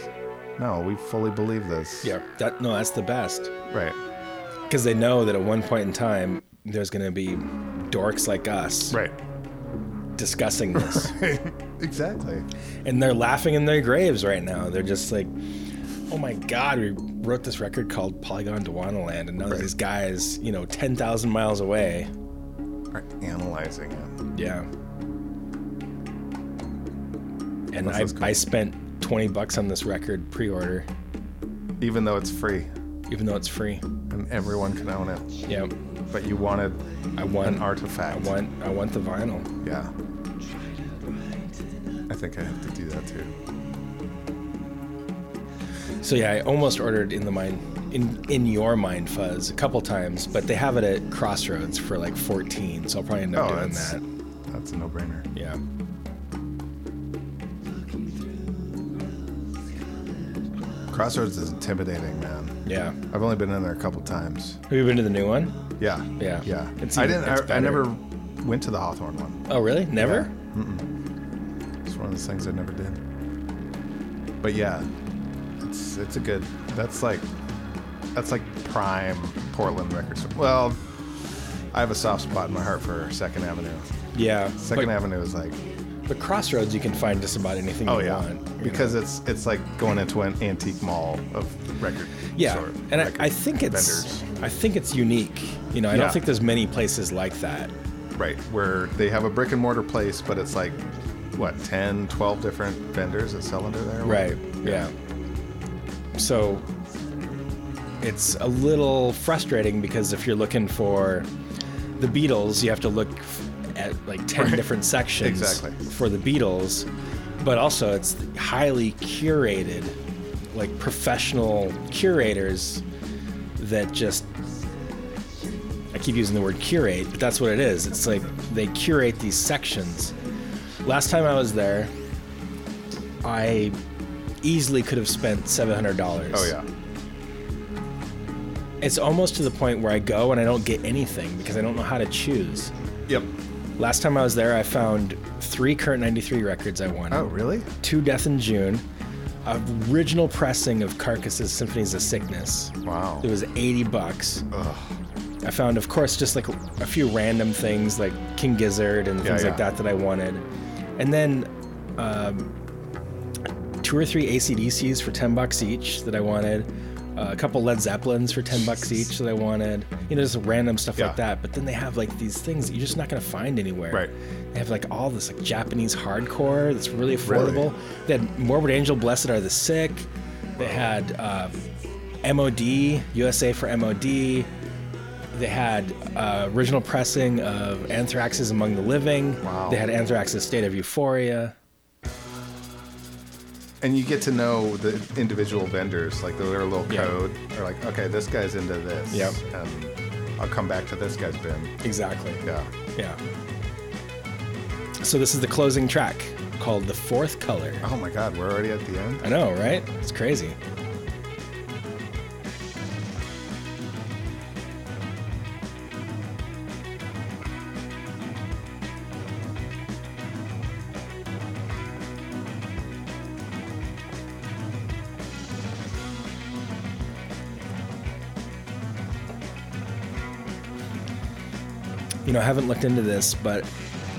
[SPEAKER 3] no we fully believe this
[SPEAKER 1] Yeah. That no, that's the best.
[SPEAKER 3] right
[SPEAKER 1] Because they know that at one point in time, there's gonna be dorks like us
[SPEAKER 3] right
[SPEAKER 1] discussing this,
[SPEAKER 3] exactly
[SPEAKER 1] and they're laughing in their graves right now. They're just like, "Oh my God, we wrote this record called Polygon Duana Land, and now these guys, you know, ten thousand miles away."
[SPEAKER 3] are analyzing it
[SPEAKER 1] Yeah. And
[SPEAKER 3] That
[SPEAKER 1] I,
[SPEAKER 3] sounds cool.
[SPEAKER 1] I spent 20 bucks on this record pre order,
[SPEAKER 3] even though it's free
[SPEAKER 1] even though it's free.
[SPEAKER 3] and everyone can own it
[SPEAKER 1] Yeah.
[SPEAKER 3] but you wanted
[SPEAKER 1] I want,
[SPEAKER 3] an artifact
[SPEAKER 1] I want, I want the vinyl.
[SPEAKER 3] Yeah. I think I have to do that too.
[SPEAKER 1] So yeah, I almost ordered in the mind, in, in your mind fuzz a couple times, but they have it at Crossroads for like 14. So I'll probably end up
[SPEAKER 3] Oh,
[SPEAKER 1] doing
[SPEAKER 3] that's-
[SPEAKER 1] that.
[SPEAKER 3] That's a no-brainer.
[SPEAKER 1] Yeah.
[SPEAKER 3] Crossroads is intimidating, man.
[SPEAKER 1] Yeah.
[SPEAKER 3] I've only been in there a couple times.
[SPEAKER 1] Have you been to the new one?
[SPEAKER 3] Yeah.
[SPEAKER 1] Yeah.
[SPEAKER 3] Yeah.
[SPEAKER 1] It's
[SPEAKER 3] I
[SPEAKER 1] even-
[SPEAKER 3] didn't.
[SPEAKER 1] it's
[SPEAKER 3] I,
[SPEAKER 1] better.
[SPEAKER 3] I never went to the Hawthorne one.
[SPEAKER 1] Oh, really? Never?
[SPEAKER 3] Yeah. Mm-mm. It's one of those things I never did. But yeah, it's it's a good. That's like that's like prime Portland records. Well, I have a soft spot in my heart for Second Avenue.
[SPEAKER 1] Yeah.
[SPEAKER 3] Second
[SPEAKER 1] but,
[SPEAKER 3] Avenue is like
[SPEAKER 1] but Crossroads, you can find just about anything
[SPEAKER 3] Oh
[SPEAKER 1] you
[SPEAKER 3] yeah,
[SPEAKER 1] want. you know?
[SPEAKER 3] because it's it's like going into an antique mall of record.
[SPEAKER 1] Yeah,
[SPEAKER 3] store-
[SPEAKER 1] and I,
[SPEAKER 3] record
[SPEAKER 1] I think it's
[SPEAKER 3] vendors.
[SPEAKER 1] I think it's unique. You know, I
[SPEAKER 3] Yeah.
[SPEAKER 1] don't think there's many places like that.
[SPEAKER 3] right where they have a brick and mortar place, but it's like what 10, 12 different vendors that sell under there.
[SPEAKER 1] Right. Yeah. So it's a little frustrating because if you're looking for the Beatles, you have to look f- at like 10 different sections
[SPEAKER 3] Exactly.
[SPEAKER 1] for the Beatles, but also it's highly curated, like professional curators that just I keep using the word curate, but that's what it is. It's like they curate these sections. Last time I was there, I easily could have spent $700.
[SPEAKER 3] Oh yeah.
[SPEAKER 1] It's almost to the point where I go and I don't get anything because I don't know how to choose.
[SPEAKER 3] Yep.
[SPEAKER 1] Last time I was there, I found three current 93 records I wanted
[SPEAKER 3] Oh really?
[SPEAKER 1] Two Death in June, a original pressing of Carcass's Symphonies of Sickness.
[SPEAKER 3] Wow.
[SPEAKER 1] It was 80 bucks. I found, of course, just like a few random things like King Gizzard and things like
[SPEAKER 3] yeah.
[SPEAKER 1] that that I wanted. And then um, two or three ACDCs for 10 bucks each that I wanted. Uh, a couple Led Zeppelins for 10 bucks each that I wanted. You know, just random stuff like
[SPEAKER 3] Yeah.
[SPEAKER 1] that. But then they have like these things that you're just not going to find anywhere.
[SPEAKER 3] Right.
[SPEAKER 1] They have like all this like Japanese hardcore that's really
[SPEAKER 3] Really?
[SPEAKER 1] affordable. They had Morbid Angel, Blessed Are the Sick. They had uh, MOD, USA for MOD. They had uh, original pressing of Anthrax's Among the Living.
[SPEAKER 3] Wow.
[SPEAKER 1] They had Anthrax's State of Euphoria.
[SPEAKER 3] And you get to know the individual vendors, like their little
[SPEAKER 1] Yeah.
[SPEAKER 3] code. They're like, okay, this guy's into this.
[SPEAKER 1] Yep.
[SPEAKER 3] And I'll come back to this guy's bin.
[SPEAKER 1] Exactly.
[SPEAKER 3] Yeah.
[SPEAKER 1] Yeah. So this is the closing track called The Fourth Color.
[SPEAKER 3] Oh my God, we're already at the end.
[SPEAKER 1] I know, right? It's crazy. you know, I haven't looked into this, but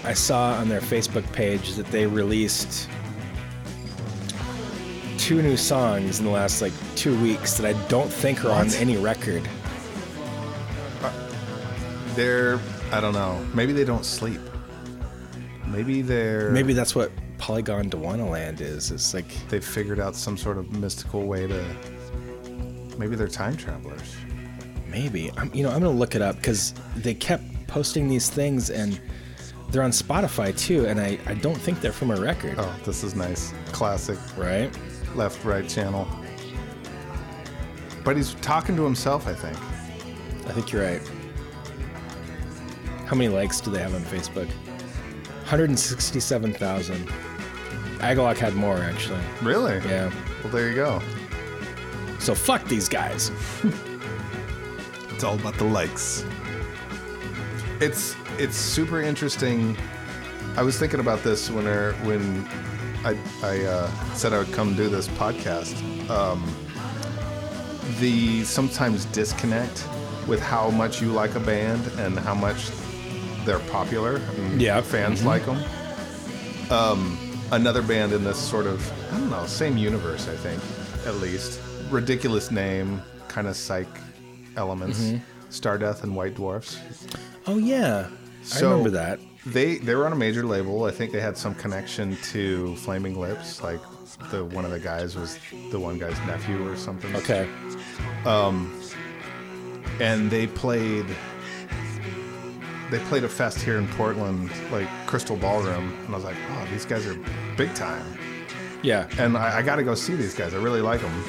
[SPEAKER 1] I saw on their Facebook page that they released two new songs in the last like two weeks that I don't think are on any record.
[SPEAKER 3] They're, I don't know. Maybe they don't sleep. Maybe they're.
[SPEAKER 1] Maybe that's what Polygon Dewana Land is. It's like
[SPEAKER 3] they've figured out some sort of mystical way to. Maybe they're time travelers.
[SPEAKER 1] maybe I'm, you know, I'm gonna look it up because they kept posting these things and they're on Spotify too, and I, I don't think they're from a record,
[SPEAKER 3] Oh, this is nice. Classic
[SPEAKER 1] right?
[SPEAKER 3] left right channel. But he's talking to himself, I think.
[SPEAKER 1] I think you're right. How many likes do they have on Facebook? 167,000. Agalock had more, actually.
[SPEAKER 3] Really?
[SPEAKER 1] Yeah.
[SPEAKER 3] Well, there you go.
[SPEAKER 1] So fuck these guys.
[SPEAKER 3] It's all about the likes. It's it's super interesting. I was thinking about this when er, when I, I uh, said I would come do this podcast. Um, the sometimes disconnect with how much you like a band and how much they're popular and
[SPEAKER 1] Yeah.
[SPEAKER 3] fans like them. Um, another band in this sort of I don't know same universe I think at least ridiculous name kind of psych elements Stardeath and White Dwarfs.
[SPEAKER 1] Oh, yeah.
[SPEAKER 3] So-
[SPEAKER 1] I remember that.
[SPEAKER 3] They they were on a major label. I think they had some connection to Flaming Lips. Like the one of the guys was the one guy's nephew or something.
[SPEAKER 1] Okay.
[SPEAKER 3] and they played they played a fest here in Portland, like Crystal Ballroom, and I was like, oh, these guys are big time,
[SPEAKER 1] Yeah.
[SPEAKER 3] and I, I got to go see these guys. I really like them.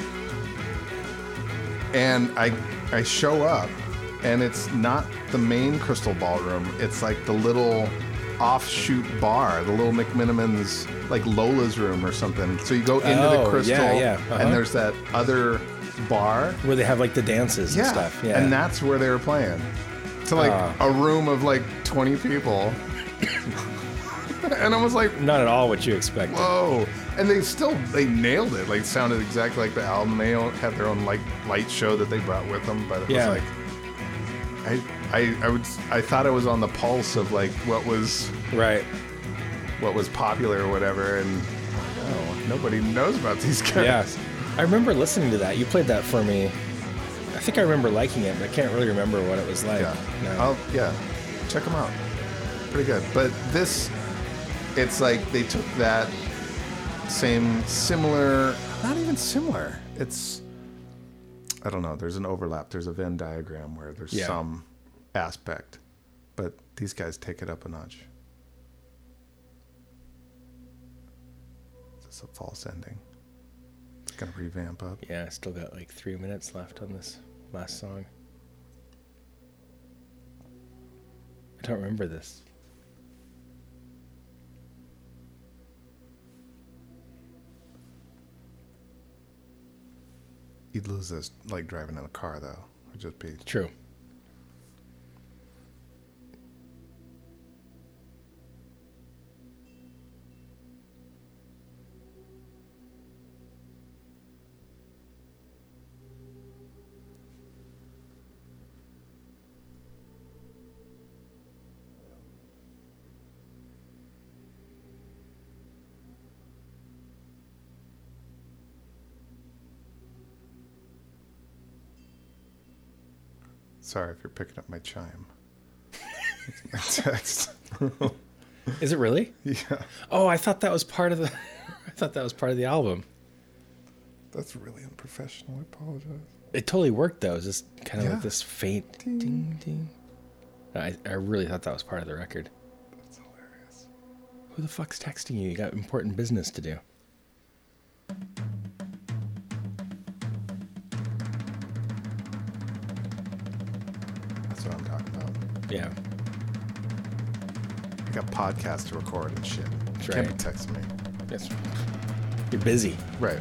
[SPEAKER 3] And I I show up, and it's not the main Crystal Ballroom. It's like the little offshoot bar, the little McMiniman's, like Lola's room or something. So you go into
[SPEAKER 1] Oh,
[SPEAKER 3] the
[SPEAKER 1] yeah,
[SPEAKER 3] Crystal,
[SPEAKER 1] yeah, uh-huh.
[SPEAKER 3] and there's that other bar
[SPEAKER 1] Where they have like the dances and stuff. Yeah.
[SPEAKER 3] and that's where they were playing. To like
[SPEAKER 1] Ah.
[SPEAKER 3] a room of like 20 people. and I was like,
[SPEAKER 1] Not at all what you expected.
[SPEAKER 3] whoa. And they still, they nailed it. Like, it sounded exactly like the album. They all had their own like light show that they brought with them. But it
[SPEAKER 1] Yeah.
[SPEAKER 3] was like, I, I, I would, I thought I was on the pulse of like what was,
[SPEAKER 1] Right.
[SPEAKER 3] what was popular or whatever. And oh, nobody knows about these guys.
[SPEAKER 1] Yeah. I remember listening to that. You played that for me. I think I remember liking it, but I can't really remember what it was like.
[SPEAKER 3] Yeah.
[SPEAKER 1] No.
[SPEAKER 3] I'll, yeah. Check them out. Pretty good. But this, it's like they took that same, similar, not even similar. It's, I don't know. There's an overlap. There's a Venn diagram where there's
[SPEAKER 1] Yeah.
[SPEAKER 3] some aspect, but these guys take it up a notch. It's a false ending. It's gonna revamp up.
[SPEAKER 1] Yeah, I still got like three minutes left on this last song. I don't remember this.
[SPEAKER 3] You'd lose this like driving in a car though. It'd just be
[SPEAKER 1] True.
[SPEAKER 3] Sorry if you're picking up my chime. My text.
[SPEAKER 1] Is it really?
[SPEAKER 3] yeah,
[SPEAKER 1] Oh, I thought that was part of the. I thought that was part of the album.
[SPEAKER 3] that's really unprofessional. I apologize.
[SPEAKER 1] It totally worked though. It was just kind of
[SPEAKER 3] Yeah.
[SPEAKER 1] like this faint ding ding. I, I really thought that was part of the record.
[SPEAKER 3] That's hilarious.
[SPEAKER 1] Who the fuck's texting you? You got important business to do.
[SPEAKER 3] That's what I'm talking about.
[SPEAKER 1] Yeah.
[SPEAKER 3] I got podcasts to record and shit. Can't be
[SPEAKER 1] right.
[SPEAKER 3] texting me.
[SPEAKER 1] Yes. You're busy.
[SPEAKER 3] Right.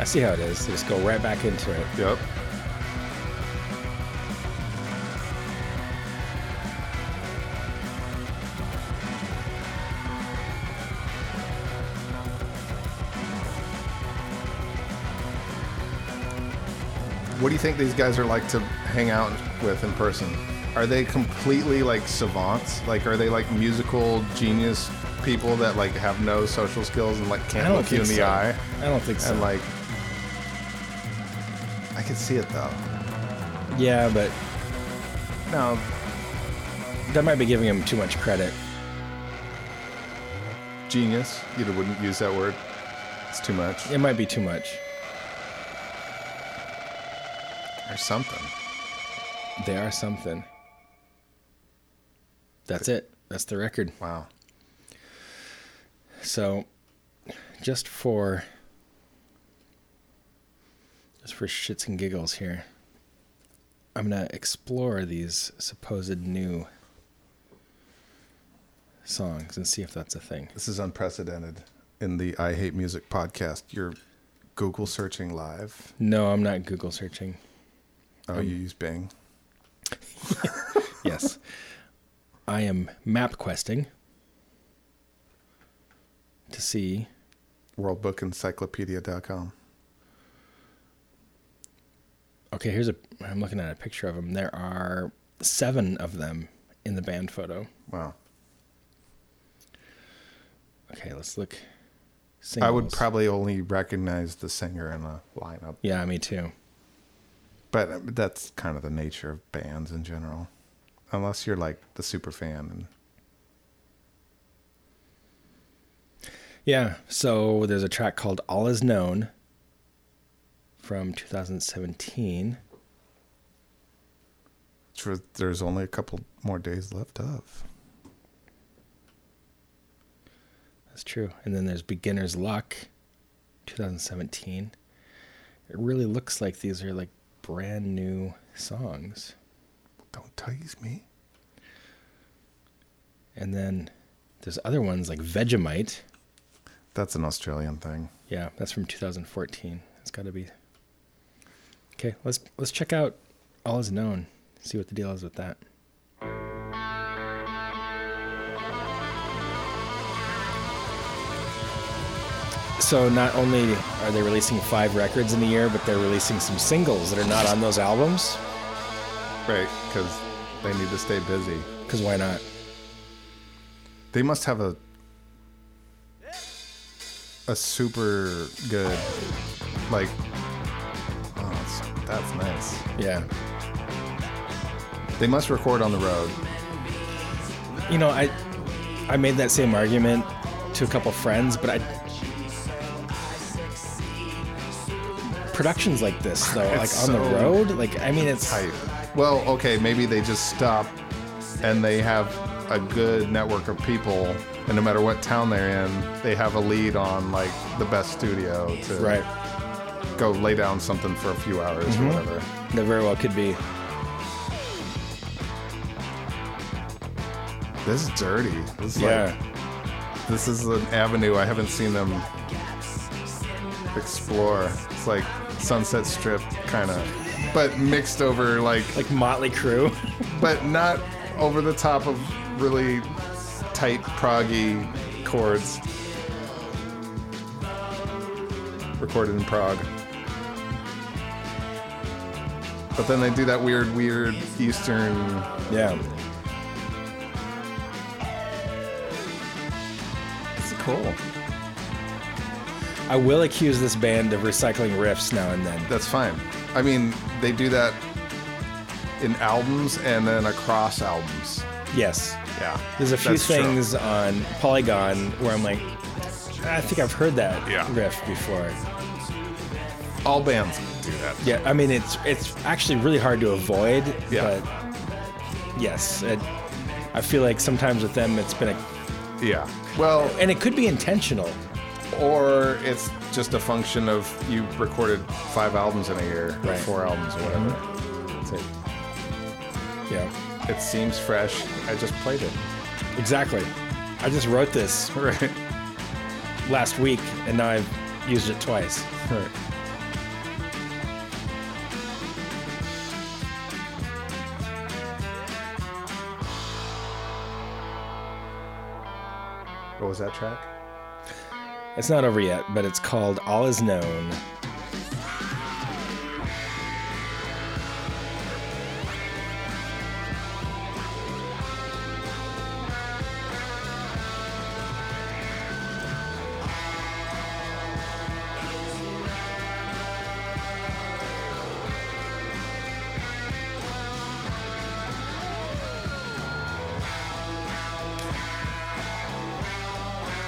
[SPEAKER 1] I see how it is. They just go right back into it.
[SPEAKER 3] Yep. What do you think these guys are like to hang out with in person? Are they completely like savants? Like, are they like musical genius people that like have no social skills and like
[SPEAKER 1] I
[SPEAKER 3] can't
[SPEAKER 1] don't
[SPEAKER 3] look you
[SPEAKER 1] think
[SPEAKER 3] in the
[SPEAKER 1] so.
[SPEAKER 3] eye?
[SPEAKER 1] I don't think so.
[SPEAKER 3] And like, I can see it though.
[SPEAKER 1] yeah, but
[SPEAKER 3] No,
[SPEAKER 1] that might be giving him too much credit.
[SPEAKER 3] genius. You wouldn't use that word. It's too much.
[SPEAKER 1] It might be too much.
[SPEAKER 3] Or something.
[SPEAKER 1] They are something. That's it. That's the record.
[SPEAKER 3] Wow.
[SPEAKER 1] So, just for just for shits and giggles here, I'm gonna explore these supposed new songs and see if that's a thing.
[SPEAKER 3] This is unprecedented in the I Hate Music podcast. You're Google searching live.
[SPEAKER 1] No, I'm not Google searching.
[SPEAKER 3] Oh, you use Bing.
[SPEAKER 1] Yes, I am map questing to see
[SPEAKER 3] Worldbookencyclopedia.com.
[SPEAKER 1] Okay, here's a. I'm looking at a picture of them. There are seven of them in the band photo.
[SPEAKER 3] Wow.
[SPEAKER 1] Okay, let's look.
[SPEAKER 3] I would
[SPEAKER 1] Singles.
[SPEAKER 3] probably only recognize the singer in the lineup,
[SPEAKER 1] Yeah, me too.
[SPEAKER 3] but that's kind of the nature of bands in general, unless you're like the super fan. And
[SPEAKER 1] Yeah. So there's a track called "All Is Known" from 2017.
[SPEAKER 3] tr- there's only a couple more days left of.
[SPEAKER 1] That's true. And then there's "Beginner's Luck," 2017. It really looks like these are like brand new songs.
[SPEAKER 3] Don't tease me.
[SPEAKER 1] And then there's other ones like "Vegemite."
[SPEAKER 3] That's an Australian thing.
[SPEAKER 1] Yeah, that's from 2014. It's got to be. Okay, let's let's check out All Is Known. See what the deal is with that. So not only are they releasing five records in a year, but they're releasing some singles that are not on those albums.
[SPEAKER 3] Right, because they need to stay busy.
[SPEAKER 1] Because why not?
[SPEAKER 3] They must have a a super good like oh, that's, that's nice.
[SPEAKER 1] Yeah.
[SPEAKER 3] They must record on the road.
[SPEAKER 1] You know, I I made that same argument to a couple friends, but I productions like this though, like
[SPEAKER 3] It's
[SPEAKER 1] on the
[SPEAKER 3] so
[SPEAKER 1] road, like I mean it's
[SPEAKER 3] I, well, okay, maybe they just stop and they have a good network of people and no matter what town they're in, they have a lead on like the best studio to
[SPEAKER 1] right.
[SPEAKER 3] go lay down something for a few hours
[SPEAKER 1] Mm-hmm.
[SPEAKER 3] or whatever.
[SPEAKER 1] That very well could be.
[SPEAKER 3] This is dirty. This is
[SPEAKER 1] Yeah.
[SPEAKER 3] like this is an avenue I haven't seen them explore. It's like Sunset Strip kind of, but mixed over like,
[SPEAKER 1] Like Motley Crue.
[SPEAKER 3] but not over the top of really tight proggy chords. Recorded in Prague. But then they do that weird, weird Eastern
[SPEAKER 1] yeah.
[SPEAKER 3] It's cool.
[SPEAKER 1] I will accuse this band of recycling riffs now and then.
[SPEAKER 3] That's fine. I mean, they do that in albums and then across albums.
[SPEAKER 1] Yes.
[SPEAKER 3] Yeah.
[SPEAKER 1] There's a few
[SPEAKER 3] That's true.
[SPEAKER 1] things on Polygon where I'm like, I think I've heard that
[SPEAKER 3] Yeah.
[SPEAKER 1] riff before.
[SPEAKER 3] All bands do that.
[SPEAKER 1] Yeah, I mean it's it's actually really hard to avoid.
[SPEAKER 3] Yeah.
[SPEAKER 1] But yes, it, I feel like sometimes with them it's been a,
[SPEAKER 3] Yeah. Well,
[SPEAKER 1] and it could be intentional.
[SPEAKER 3] or it's just a function of you recorded five albums in a year, or
[SPEAKER 1] Right. Mm-hmm.
[SPEAKER 3] four albums or whatever.
[SPEAKER 1] That's it. Yeah,
[SPEAKER 3] It seems fresh. I just played it.
[SPEAKER 1] exactly. I just wrote this
[SPEAKER 3] Right.
[SPEAKER 1] last week and now I've used it twice.
[SPEAKER 3] Right. What was that track?
[SPEAKER 1] It's not over yet, but it's called All Is Known.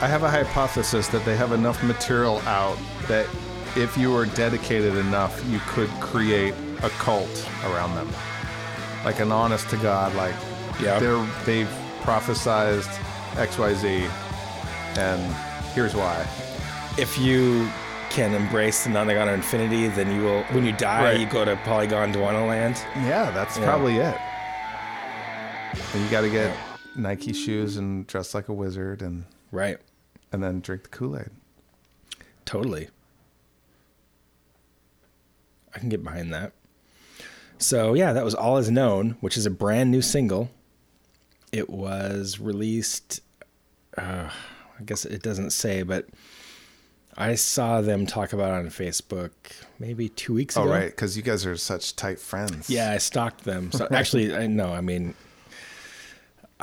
[SPEAKER 3] I have a hypothesis that they have enough material out that if you were dedicated enough, you could create a cult around them. Like an honest to God, like
[SPEAKER 1] Yeah.
[SPEAKER 3] they're they've prophesized XYZ and here's why.
[SPEAKER 1] If you can embrace the Nonagon Infinity, then you will. When you die,
[SPEAKER 3] Right.
[SPEAKER 1] you go to Polygon Duana Land.
[SPEAKER 3] Yeah, that's probably it. And you gotta get Nike shoes and dress like a wizard and
[SPEAKER 1] Right.
[SPEAKER 3] and then drink the Kool-Aid.
[SPEAKER 1] Totally. I can get behind that. So, yeah, that was All Is Known, which is a brand new single. It was released, uh, I guess it doesn't say, but I saw them talk about it on Facebook maybe two weeks
[SPEAKER 3] Oh
[SPEAKER 1] ago.
[SPEAKER 3] right, because you guys are such tight friends.
[SPEAKER 1] Yeah, I stalked them. So actually, I no, I mean,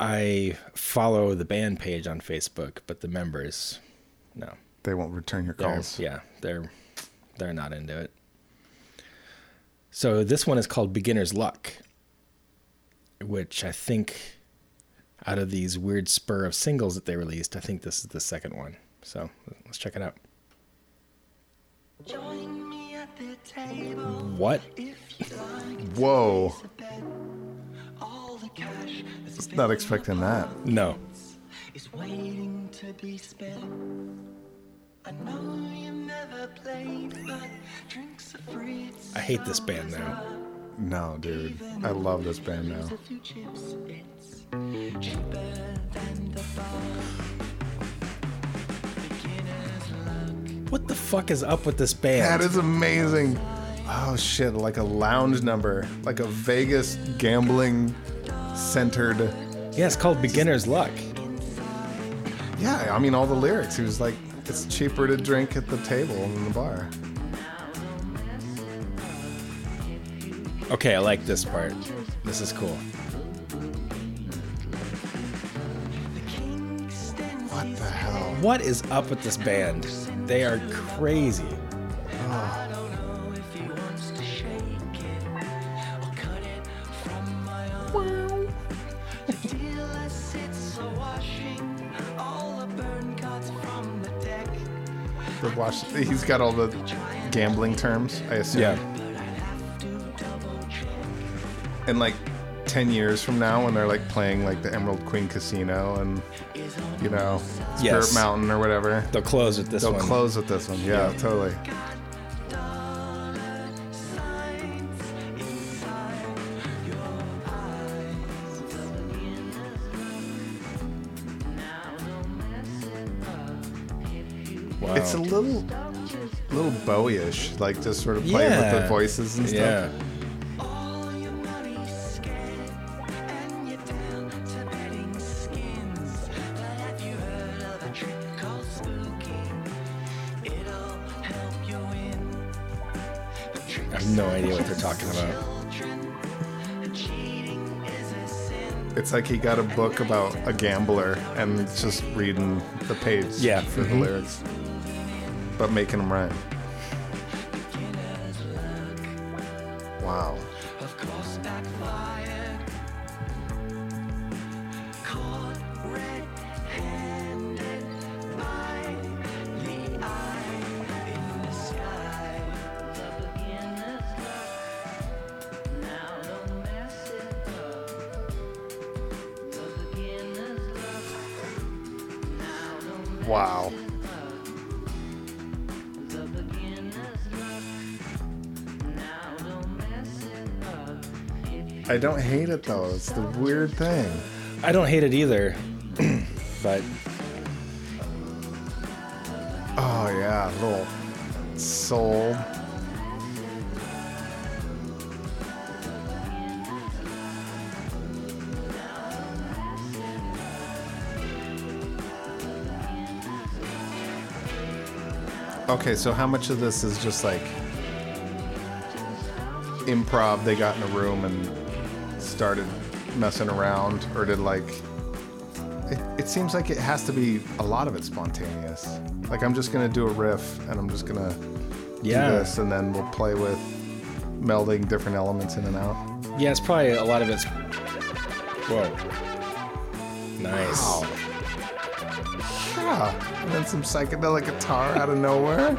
[SPEAKER 1] I follow the band page on Facebook, but the members, no,
[SPEAKER 3] They won't return your
[SPEAKER 1] they're,
[SPEAKER 3] calls.
[SPEAKER 1] yeah, they're they're not into it. So this one is called Beginner's Luck, which I think out of these weird spur of singles that they released, I think this is the second one. So let's check it out.
[SPEAKER 4] Join me at the table
[SPEAKER 1] What?
[SPEAKER 4] if you like.
[SPEAKER 3] Whoa.
[SPEAKER 4] Place a bet. All the cash that's been
[SPEAKER 3] Not expecting that.
[SPEAKER 1] No.
[SPEAKER 4] is waiting to be spent. I know you never played, but drinks are free.
[SPEAKER 1] I hate this band now.
[SPEAKER 3] No, dude. I love this band now.
[SPEAKER 4] There's a few chips. It's cheaper than the bar. Beginner's luck.
[SPEAKER 1] What the fuck is up with this band?
[SPEAKER 3] That is amazing. Oh shit, like a lounge number, like a Vegas gambling centered.
[SPEAKER 1] yeah, it's called Beginner's Luck.
[SPEAKER 3] Yeah, I mean all the lyrics. He was like, it's cheaper to drink at the table than the bar.
[SPEAKER 1] Okay, I like this part. This is cool.
[SPEAKER 4] The king stands
[SPEAKER 3] What the hell?
[SPEAKER 1] What is up with this band? They are crazy.
[SPEAKER 4] if he wants to shake it or cut it from my arm. The dealer sits a washing all the burn cards from the deck.
[SPEAKER 3] The wash he's got all the gambling terms, I assume. And like 10 years from now when they're like playing like the Emerald Queen Casino and you know, Spirit
[SPEAKER 1] Yes.
[SPEAKER 3] Mountain or whatever.
[SPEAKER 1] They'll close with this
[SPEAKER 3] They'll
[SPEAKER 1] one.
[SPEAKER 3] close with this one. Yeah, totally.
[SPEAKER 1] Wow.
[SPEAKER 3] It's a little, little Bowie-ish, like just sort of playing with
[SPEAKER 1] Yeah.
[SPEAKER 3] the voices and stuff.
[SPEAKER 1] yeah.
[SPEAKER 4] All your money scared, and you're down to betting skins. But have you heard of a trick called spooking? It'll help you win. The trick
[SPEAKER 1] I have no idea what they're talking about.
[SPEAKER 4] children, and cheating is a sin.
[SPEAKER 3] It's like he got a book about a gambler and it's just reading the page
[SPEAKER 1] Yeah,
[SPEAKER 3] for
[SPEAKER 1] mhm.
[SPEAKER 3] the lyrics, but making them rhyme. Wow.
[SPEAKER 4] Of course, backfired. Caught red-handed by the eye in the sky.
[SPEAKER 3] Wow. I don't hate it though. It's the weird thing.
[SPEAKER 1] I don't hate it either, but
[SPEAKER 3] Oh yeah, little soul. Okay, so how much of this is just like improv? They got in a room and started messing around, or did like it, it seems like it has to be a lot of it spontaneous. Like I'm just gonna do a riff and I'm just gonna
[SPEAKER 1] yeah.
[SPEAKER 3] do this and then we'll play with melding different elements in and out.
[SPEAKER 1] Yeah, it's probably a lot of it's. Whoa. Nice.
[SPEAKER 3] Wow. Yeah. And then some psychedelic guitar out of nowhere.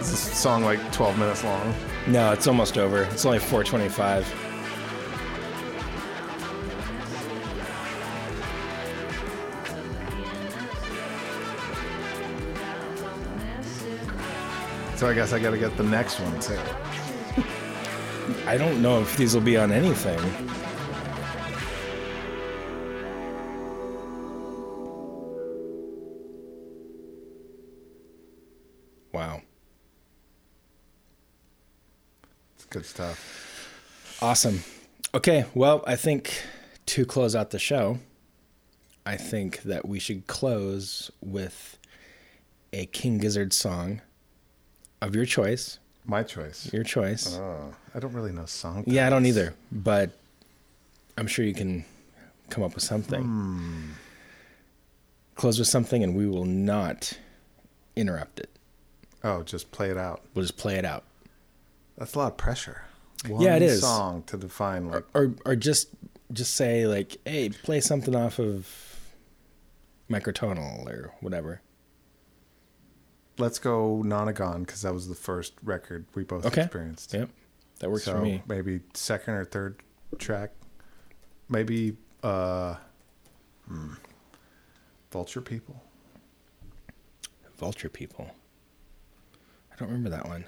[SPEAKER 3] Is this song like 12 minutes long?
[SPEAKER 1] No, it's almost over. It's only 425.
[SPEAKER 3] So I guess I gotta get the next one too.
[SPEAKER 1] I don't know if these will be on anything. Wow.
[SPEAKER 3] It's good stuff.
[SPEAKER 1] Awesome. Okay, well, I think to close out the show, I think that we should close with a King Gizzard song of your choice.
[SPEAKER 3] My choice.
[SPEAKER 1] Your choice.
[SPEAKER 3] Oh, I don't really know song.
[SPEAKER 1] yeah, I don't
[SPEAKER 3] titles.
[SPEAKER 1] either, but I'm sure you can come up with something. Close with something, and we will not interrupt it.
[SPEAKER 3] Oh, just play it out.
[SPEAKER 1] We'll just play it out.
[SPEAKER 3] That's a lot of pressure. One
[SPEAKER 1] Yeah, it is.
[SPEAKER 3] Song to define like
[SPEAKER 1] or or just just say like, hey, play something off of microtonal or whatever.
[SPEAKER 3] let's go Nonagon because that was the first record we both
[SPEAKER 1] Okay.
[SPEAKER 3] experienced.
[SPEAKER 1] Yep, that works
[SPEAKER 3] so
[SPEAKER 1] for me.
[SPEAKER 3] maybe second or third track, maybe uh, hmm, Vulture People.
[SPEAKER 1] Vulture people. I don't remember that one.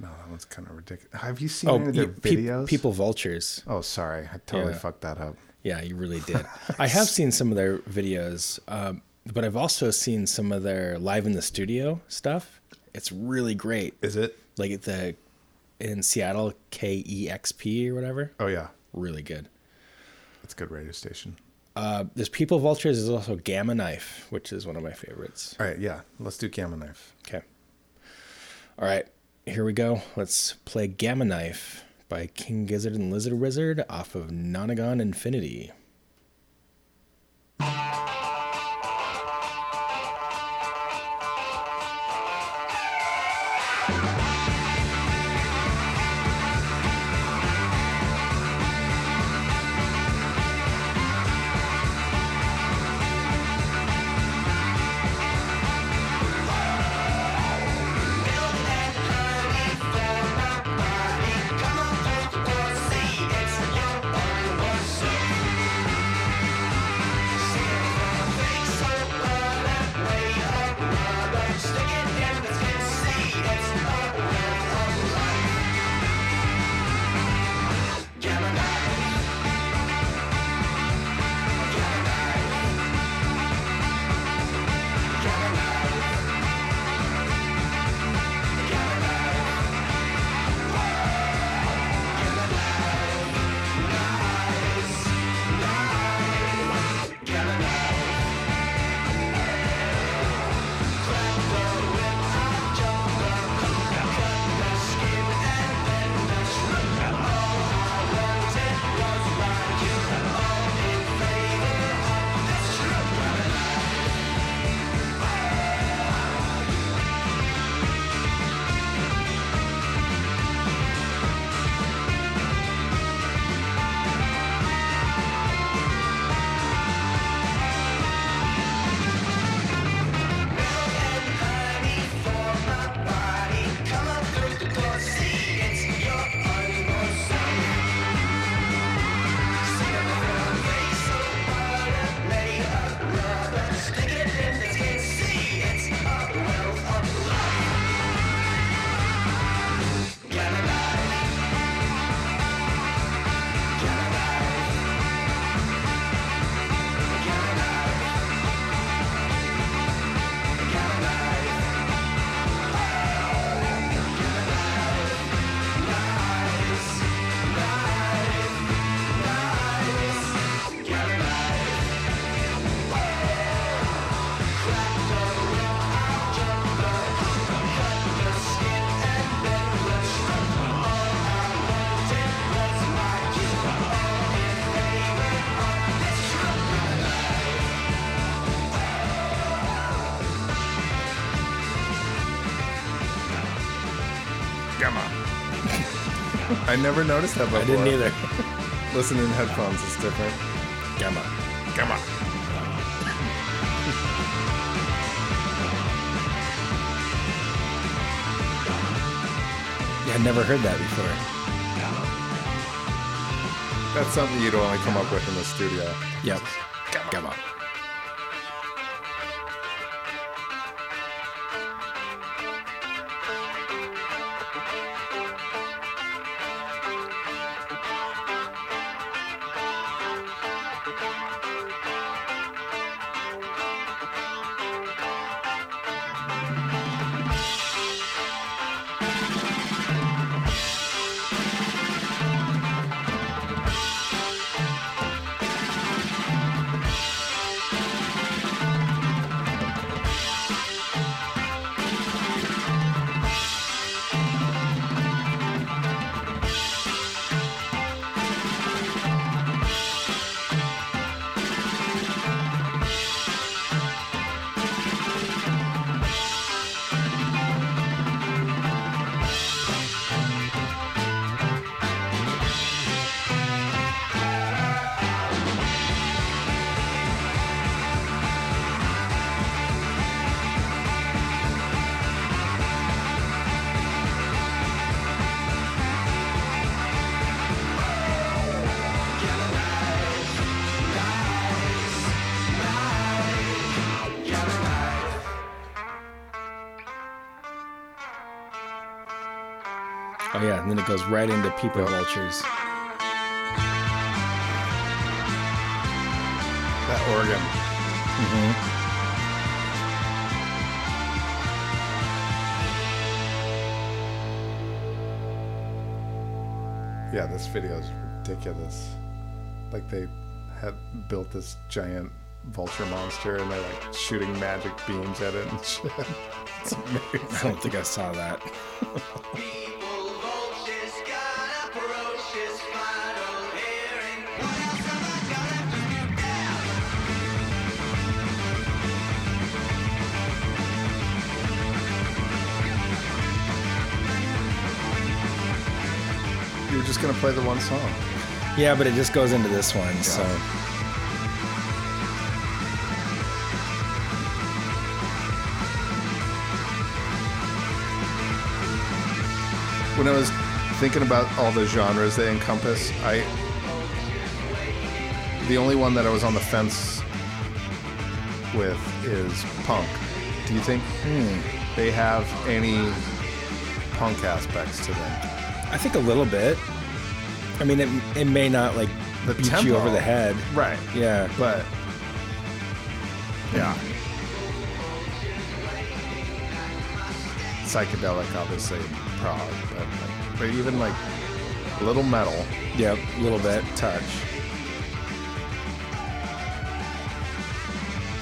[SPEAKER 3] No, that one's kind of ridiculous. Have you seen
[SPEAKER 1] Oh,
[SPEAKER 3] any of their
[SPEAKER 1] you- pe-
[SPEAKER 3] videos?
[SPEAKER 1] people vultures.
[SPEAKER 3] Oh, sorry, I totally
[SPEAKER 1] Yeah.
[SPEAKER 3] fucked that up.
[SPEAKER 1] Yeah, you really did. I have seen some of their videos, um, but I've also seen some of their live in the studio stuff. It's really great.
[SPEAKER 3] Is it?
[SPEAKER 1] Like at the in Seattle, K E X P or whatever.
[SPEAKER 3] Oh yeah,
[SPEAKER 1] Really good.
[SPEAKER 3] it's a good radio station.
[SPEAKER 1] Uh, there's People Vultures. There's also Gamma Knife, which is one of my favorites.
[SPEAKER 3] All right, yeah, let's do Gamma Knife.
[SPEAKER 1] Okay. All right. Here we go. Let's play Gamma Knife by King Gizzard and Lizard Wizard off of Nonagon Infinity.
[SPEAKER 3] Gamma. I never noticed that before.
[SPEAKER 1] I didn't either.
[SPEAKER 3] Listening in headphones is different.
[SPEAKER 1] Gamma.
[SPEAKER 3] Come on.
[SPEAKER 1] Yeah, I never heard that before.
[SPEAKER 3] That's something you'd only come up with in the studio.
[SPEAKER 1] Yep. Gamma. Oh, Oh yeah, and then it goes right into people vultures.
[SPEAKER 3] That organ. Mm-hmm. Yeah, this video is ridiculous. Like they had built this giant vulture monster and they're like shooting magic beams at it and shit. It's amazing.
[SPEAKER 1] I don't think I saw that.
[SPEAKER 3] You were just gonna play the one song.
[SPEAKER 1] Yeah, but it just goes into this one, so
[SPEAKER 3] When I was thinking about all the genres they encompass, I the only one that I was on the fence with is punk. Do you think hmm, they have any punk aspects to them?
[SPEAKER 1] I think a little bit. I mean, it, it may not like
[SPEAKER 3] The
[SPEAKER 1] beat
[SPEAKER 3] tempo.
[SPEAKER 1] you over the head.
[SPEAKER 3] Right.
[SPEAKER 1] Yeah.
[SPEAKER 3] But yeah. Psychedelic obviously prog, but like, but even like a little metal
[SPEAKER 1] Yep. A little bit.
[SPEAKER 3] touch.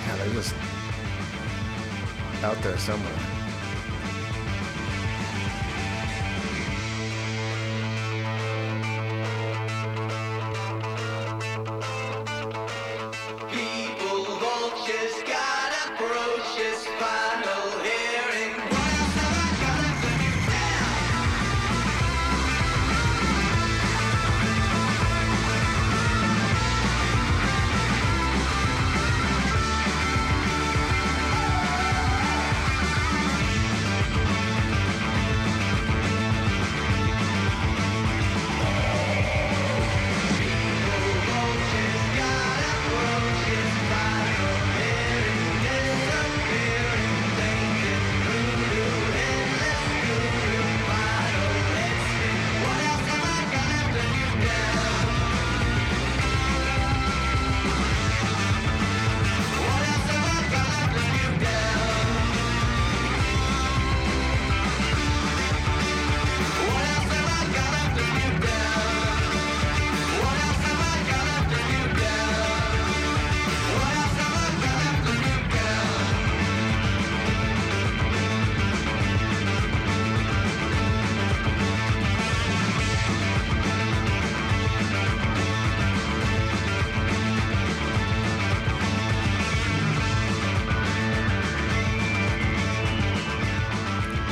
[SPEAKER 3] Yeah, they're just out there somewhere.
[SPEAKER 4] People vultures got approaches, final hearing.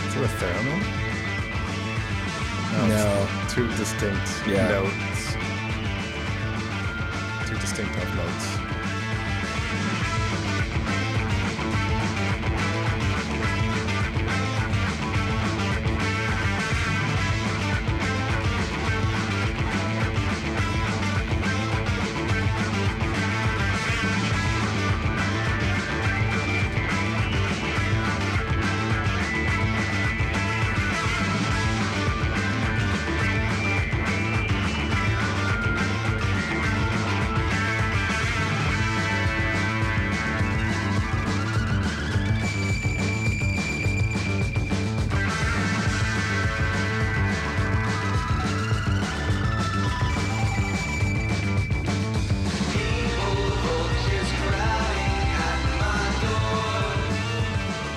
[SPEAKER 3] Is it a pheromone? No.
[SPEAKER 1] No.
[SPEAKER 3] Two distinct
[SPEAKER 1] Yeah.
[SPEAKER 3] notes. Two distinct up notes.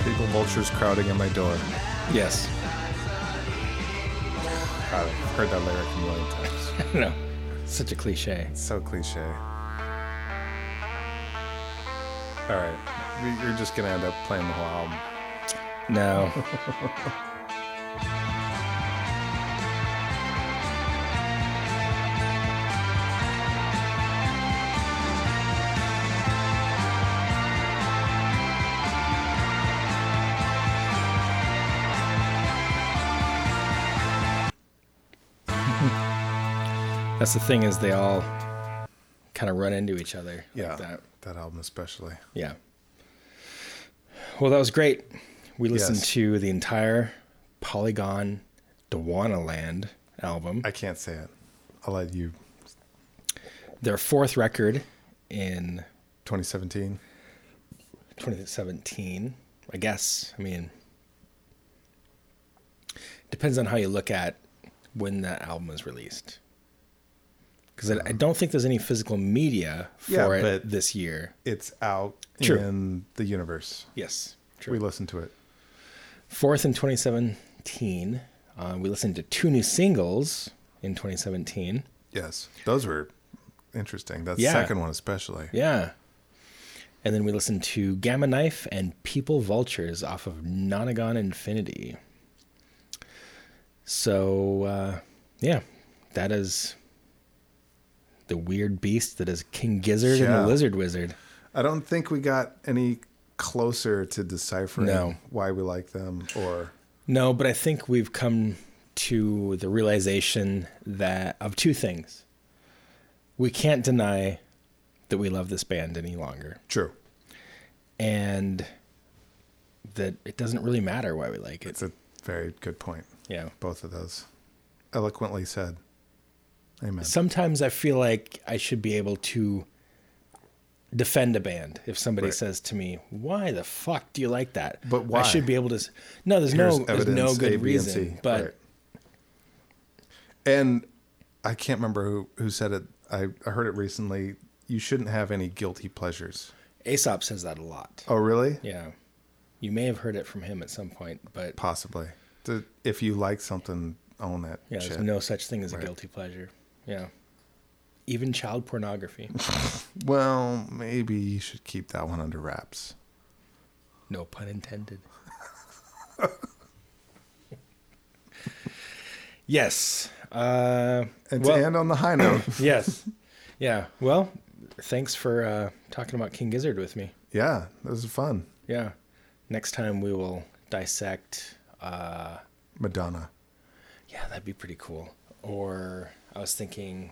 [SPEAKER 3] People vultures crowding at my door.
[SPEAKER 1] Yes.
[SPEAKER 3] God, I've heard that lyric a million times.
[SPEAKER 1] no. Such a cliche.
[SPEAKER 3] It's so cliche. All right, You- you're just gonna end up playing the whole album.
[SPEAKER 1] No. That's the thing is they all kind of run into each other like that.
[SPEAKER 3] that album especially.
[SPEAKER 1] Yeah. Well, that was great. We listened
[SPEAKER 3] Yes.
[SPEAKER 1] to the entire Polygon Dewana Land album,
[SPEAKER 3] I can't say it. I'll let you.
[SPEAKER 1] their fourth record in
[SPEAKER 3] 2017.
[SPEAKER 1] 2017, I guess. I mean, depends on how you look at when that album was released. Because I, I don't think there's any physical media for
[SPEAKER 3] Mm-hmm. Yeah,
[SPEAKER 1] it
[SPEAKER 3] but-
[SPEAKER 1] this year.
[SPEAKER 3] It's out
[SPEAKER 1] True.
[SPEAKER 3] in the universe.
[SPEAKER 1] Yes,
[SPEAKER 3] We listened to it.
[SPEAKER 1] Fourth in 2017, uh, we listened to two new singles in 2017.
[SPEAKER 3] Yes, those were interesting. That
[SPEAKER 1] Yeah.
[SPEAKER 3] second one especially.
[SPEAKER 1] Yeah. And then we listened to Gamma Knife and People Vultures off of Nonagon Infinity. So, uh, yeah, that is the weird beast that is King Gizzard and
[SPEAKER 3] Yeah.
[SPEAKER 1] the Lizard Wizard.
[SPEAKER 3] I don't think we got any closer to deciphering
[SPEAKER 1] No.
[SPEAKER 3] why we like them or
[SPEAKER 1] No, but I think we've come to the realization that of two things. We can't deny that we love this band any longer,
[SPEAKER 3] true.
[SPEAKER 1] and that it doesn't really matter why we like it.
[SPEAKER 3] It's a very good point.
[SPEAKER 1] yeah.
[SPEAKER 3] Both of those eloquently said. Amen.
[SPEAKER 1] Sometimes I feel like I should be able to defend a band if somebody
[SPEAKER 3] Right.
[SPEAKER 1] says to me, "Why the fuck do you like that?"
[SPEAKER 3] But why?
[SPEAKER 1] I should be able to. s- No, there's
[SPEAKER 3] Here's
[SPEAKER 1] no, there's no
[SPEAKER 3] evidence,
[SPEAKER 1] good
[SPEAKER 3] A, B, and
[SPEAKER 1] reason.
[SPEAKER 3] C.
[SPEAKER 1] But
[SPEAKER 3] Right. and I can't remember who, who said it. I, I heard it recently. You shouldn't have any guilty pleasures.
[SPEAKER 1] Aesop says that a lot.
[SPEAKER 3] Oh, really?
[SPEAKER 1] Yeah. You may have heard it from him at some point, but
[SPEAKER 3] Possibly. The- if you like something, own that
[SPEAKER 1] yeah,
[SPEAKER 3] shit.
[SPEAKER 1] there's no such thing as a
[SPEAKER 3] Right.
[SPEAKER 1] guilty pleasure. Yeah. Even child pornography.
[SPEAKER 3] Well, maybe you should keep that one under wraps.
[SPEAKER 1] no pun intended. yes. Uh,
[SPEAKER 3] And
[SPEAKER 1] well,
[SPEAKER 3] to end on the high note,
[SPEAKER 1] yes. Yeah. Well, thanks for uh, talking about King Gizzard with me.
[SPEAKER 3] yeah, that was fun.
[SPEAKER 1] Yeah. Next time we will dissect. Uh,
[SPEAKER 3] Madonna.
[SPEAKER 1] Yeah, that'd be pretty cool. Or I was thinking,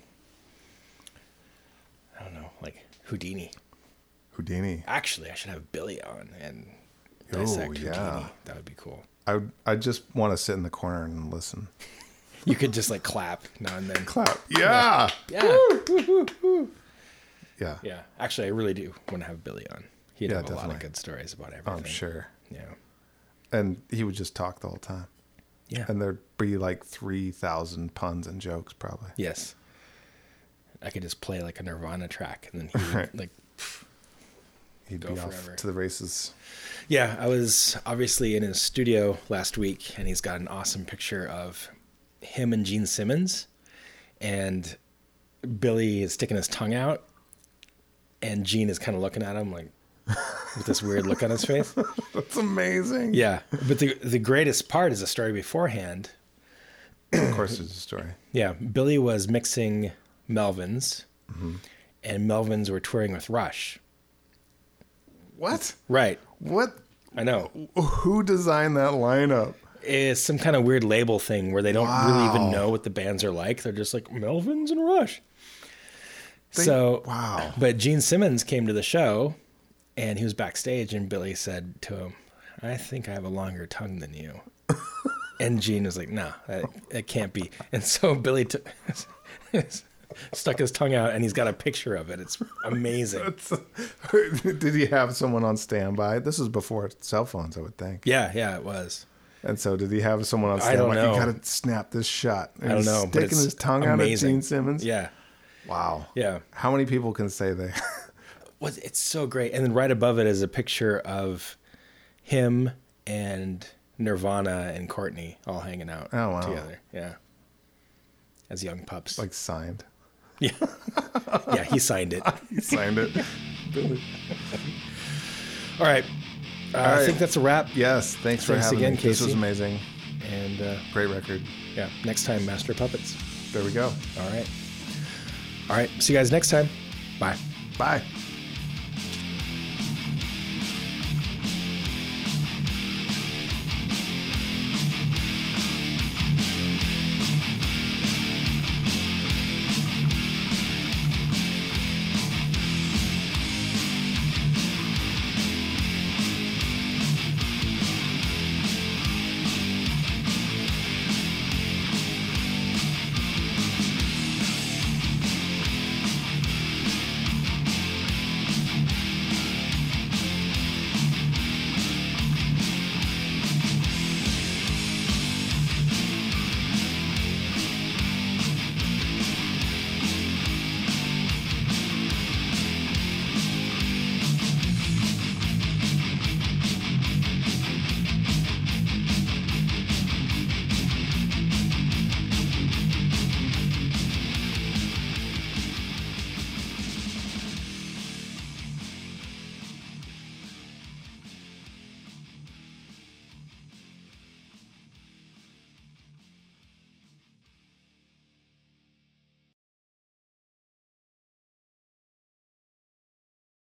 [SPEAKER 1] I don't know, like Houdini.
[SPEAKER 3] Houdini.
[SPEAKER 1] Actually, I should have Billy on and dissect
[SPEAKER 3] yeah.
[SPEAKER 1] Houdini. That would be cool.
[SPEAKER 3] I would- I just want to sit in the corner and listen.
[SPEAKER 1] You could just like clap now and then.
[SPEAKER 3] Clap. Yeah.
[SPEAKER 1] Yeah,
[SPEAKER 3] Yeah.
[SPEAKER 1] yeah. Actually, I really do want to have Billy on. He'd
[SPEAKER 3] Yeah,
[SPEAKER 1] have a lot
[SPEAKER 3] definitely. Oh,
[SPEAKER 1] of good stories about everything.
[SPEAKER 3] I'm sure.
[SPEAKER 1] Yeah.
[SPEAKER 3] And he would just talk the whole time.
[SPEAKER 1] Yeah.
[SPEAKER 3] And there'd be like 3,000 puns and jokes probably.
[SPEAKER 1] yes. I could just play like a Nirvana track, and then he would, like
[SPEAKER 3] He'd
[SPEAKER 1] Go
[SPEAKER 3] be off
[SPEAKER 1] forever.
[SPEAKER 3] to the races.
[SPEAKER 1] Yeah, I was obviously in his studio last week, and he's got an awesome picture of him and Gene Simmons, and Billy is sticking his tongue out, and Gene is kind of looking at him like with this weird look on his face.
[SPEAKER 3] That's amazing.
[SPEAKER 1] Yeah, but the the greatest part is the story beforehand.
[SPEAKER 3] of course, there's a story.
[SPEAKER 1] Yeah, Billy was mixing Melvins, and Melvins were touring with Rush.
[SPEAKER 3] What?
[SPEAKER 1] Right,
[SPEAKER 3] What?
[SPEAKER 1] I know.
[SPEAKER 3] Who designed that lineup?
[SPEAKER 1] It's some kind of weird label thing where they don't really even
[SPEAKER 3] Wow.
[SPEAKER 1] know what the bands are like. They're just like Melvins and Rush. so
[SPEAKER 3] wow.
[SPEAKER 1] But Gene Simmons came to the show, and he was backstage, and Billy said to him, "I think I have a longer tongue than you." and Gene was like, "No, that, that can't be." And so Billy t- stuck his tongue out, and he's got a picture of it. It's amazing.
[SPEAKER 3] Did he have someone on standby? This was before cell phones, I would think.
[SPEAKER 1] yeah, yeah, it was.
[SPEAKER 3] And so, did he have someone on
[SPEAKER 1] I don't
[SPEAKER 3] standby? You
[SPEAKER 1] know.
[SPEAKER 3] gotta snap this shot. And
[SPEAKER 1] I don't
[SPEAKER 3] he's
[SPEAKER 1] know. but
[SPEAKER 3] Sticking
[SPEAKER 1] it's
[SPEAKER 3] his tongue out at
[SPEAKER 1] amazing.
[SPEAKER 3] Gene Simmons.
[SPEAKER 1] Yeah,
[SPEAKER 3] Wow.
[SPEAKER 1] yeah.
[SPEAKER 3] How many people can say they?
[SPEAKER 1] was it's so great. And then right above it is a picture of him and Nirvana and Courtney all hanging out
[SPEAKER 3] Oh, wow.
[SPEAKER 1] together. Yeah. As young pups.
[SPEAKER 3] like signed.
[SPEAKER 1] yeah. yeah, he signed it. All
[SPEAKER 3] He signed it.
[SPEAKER 1] right. Uh, I
[SPEAKER 3] right.
[SPEAKER 1] think that's a wrap.
[SPEAKER 3] Yes. Thanks for
[SPEAKER 1] Thanks
[SPEAKER 3] having
[SPEAKER 1] again,
[SPEAKER 3] me. This was
[SPEAKER 1] Casey.
[SPEAKER 3] amazing.
[SPEAKER 1] And uh,
[SPEAKER 3] Great record.
[SPEAKER 1] yeah, next time, Master Puppets.
[SPEAKER 3] There we go.
[SPEAKER 1] All right. All right. See you guys next time. Bye.
[SPEAKER 3] Bye.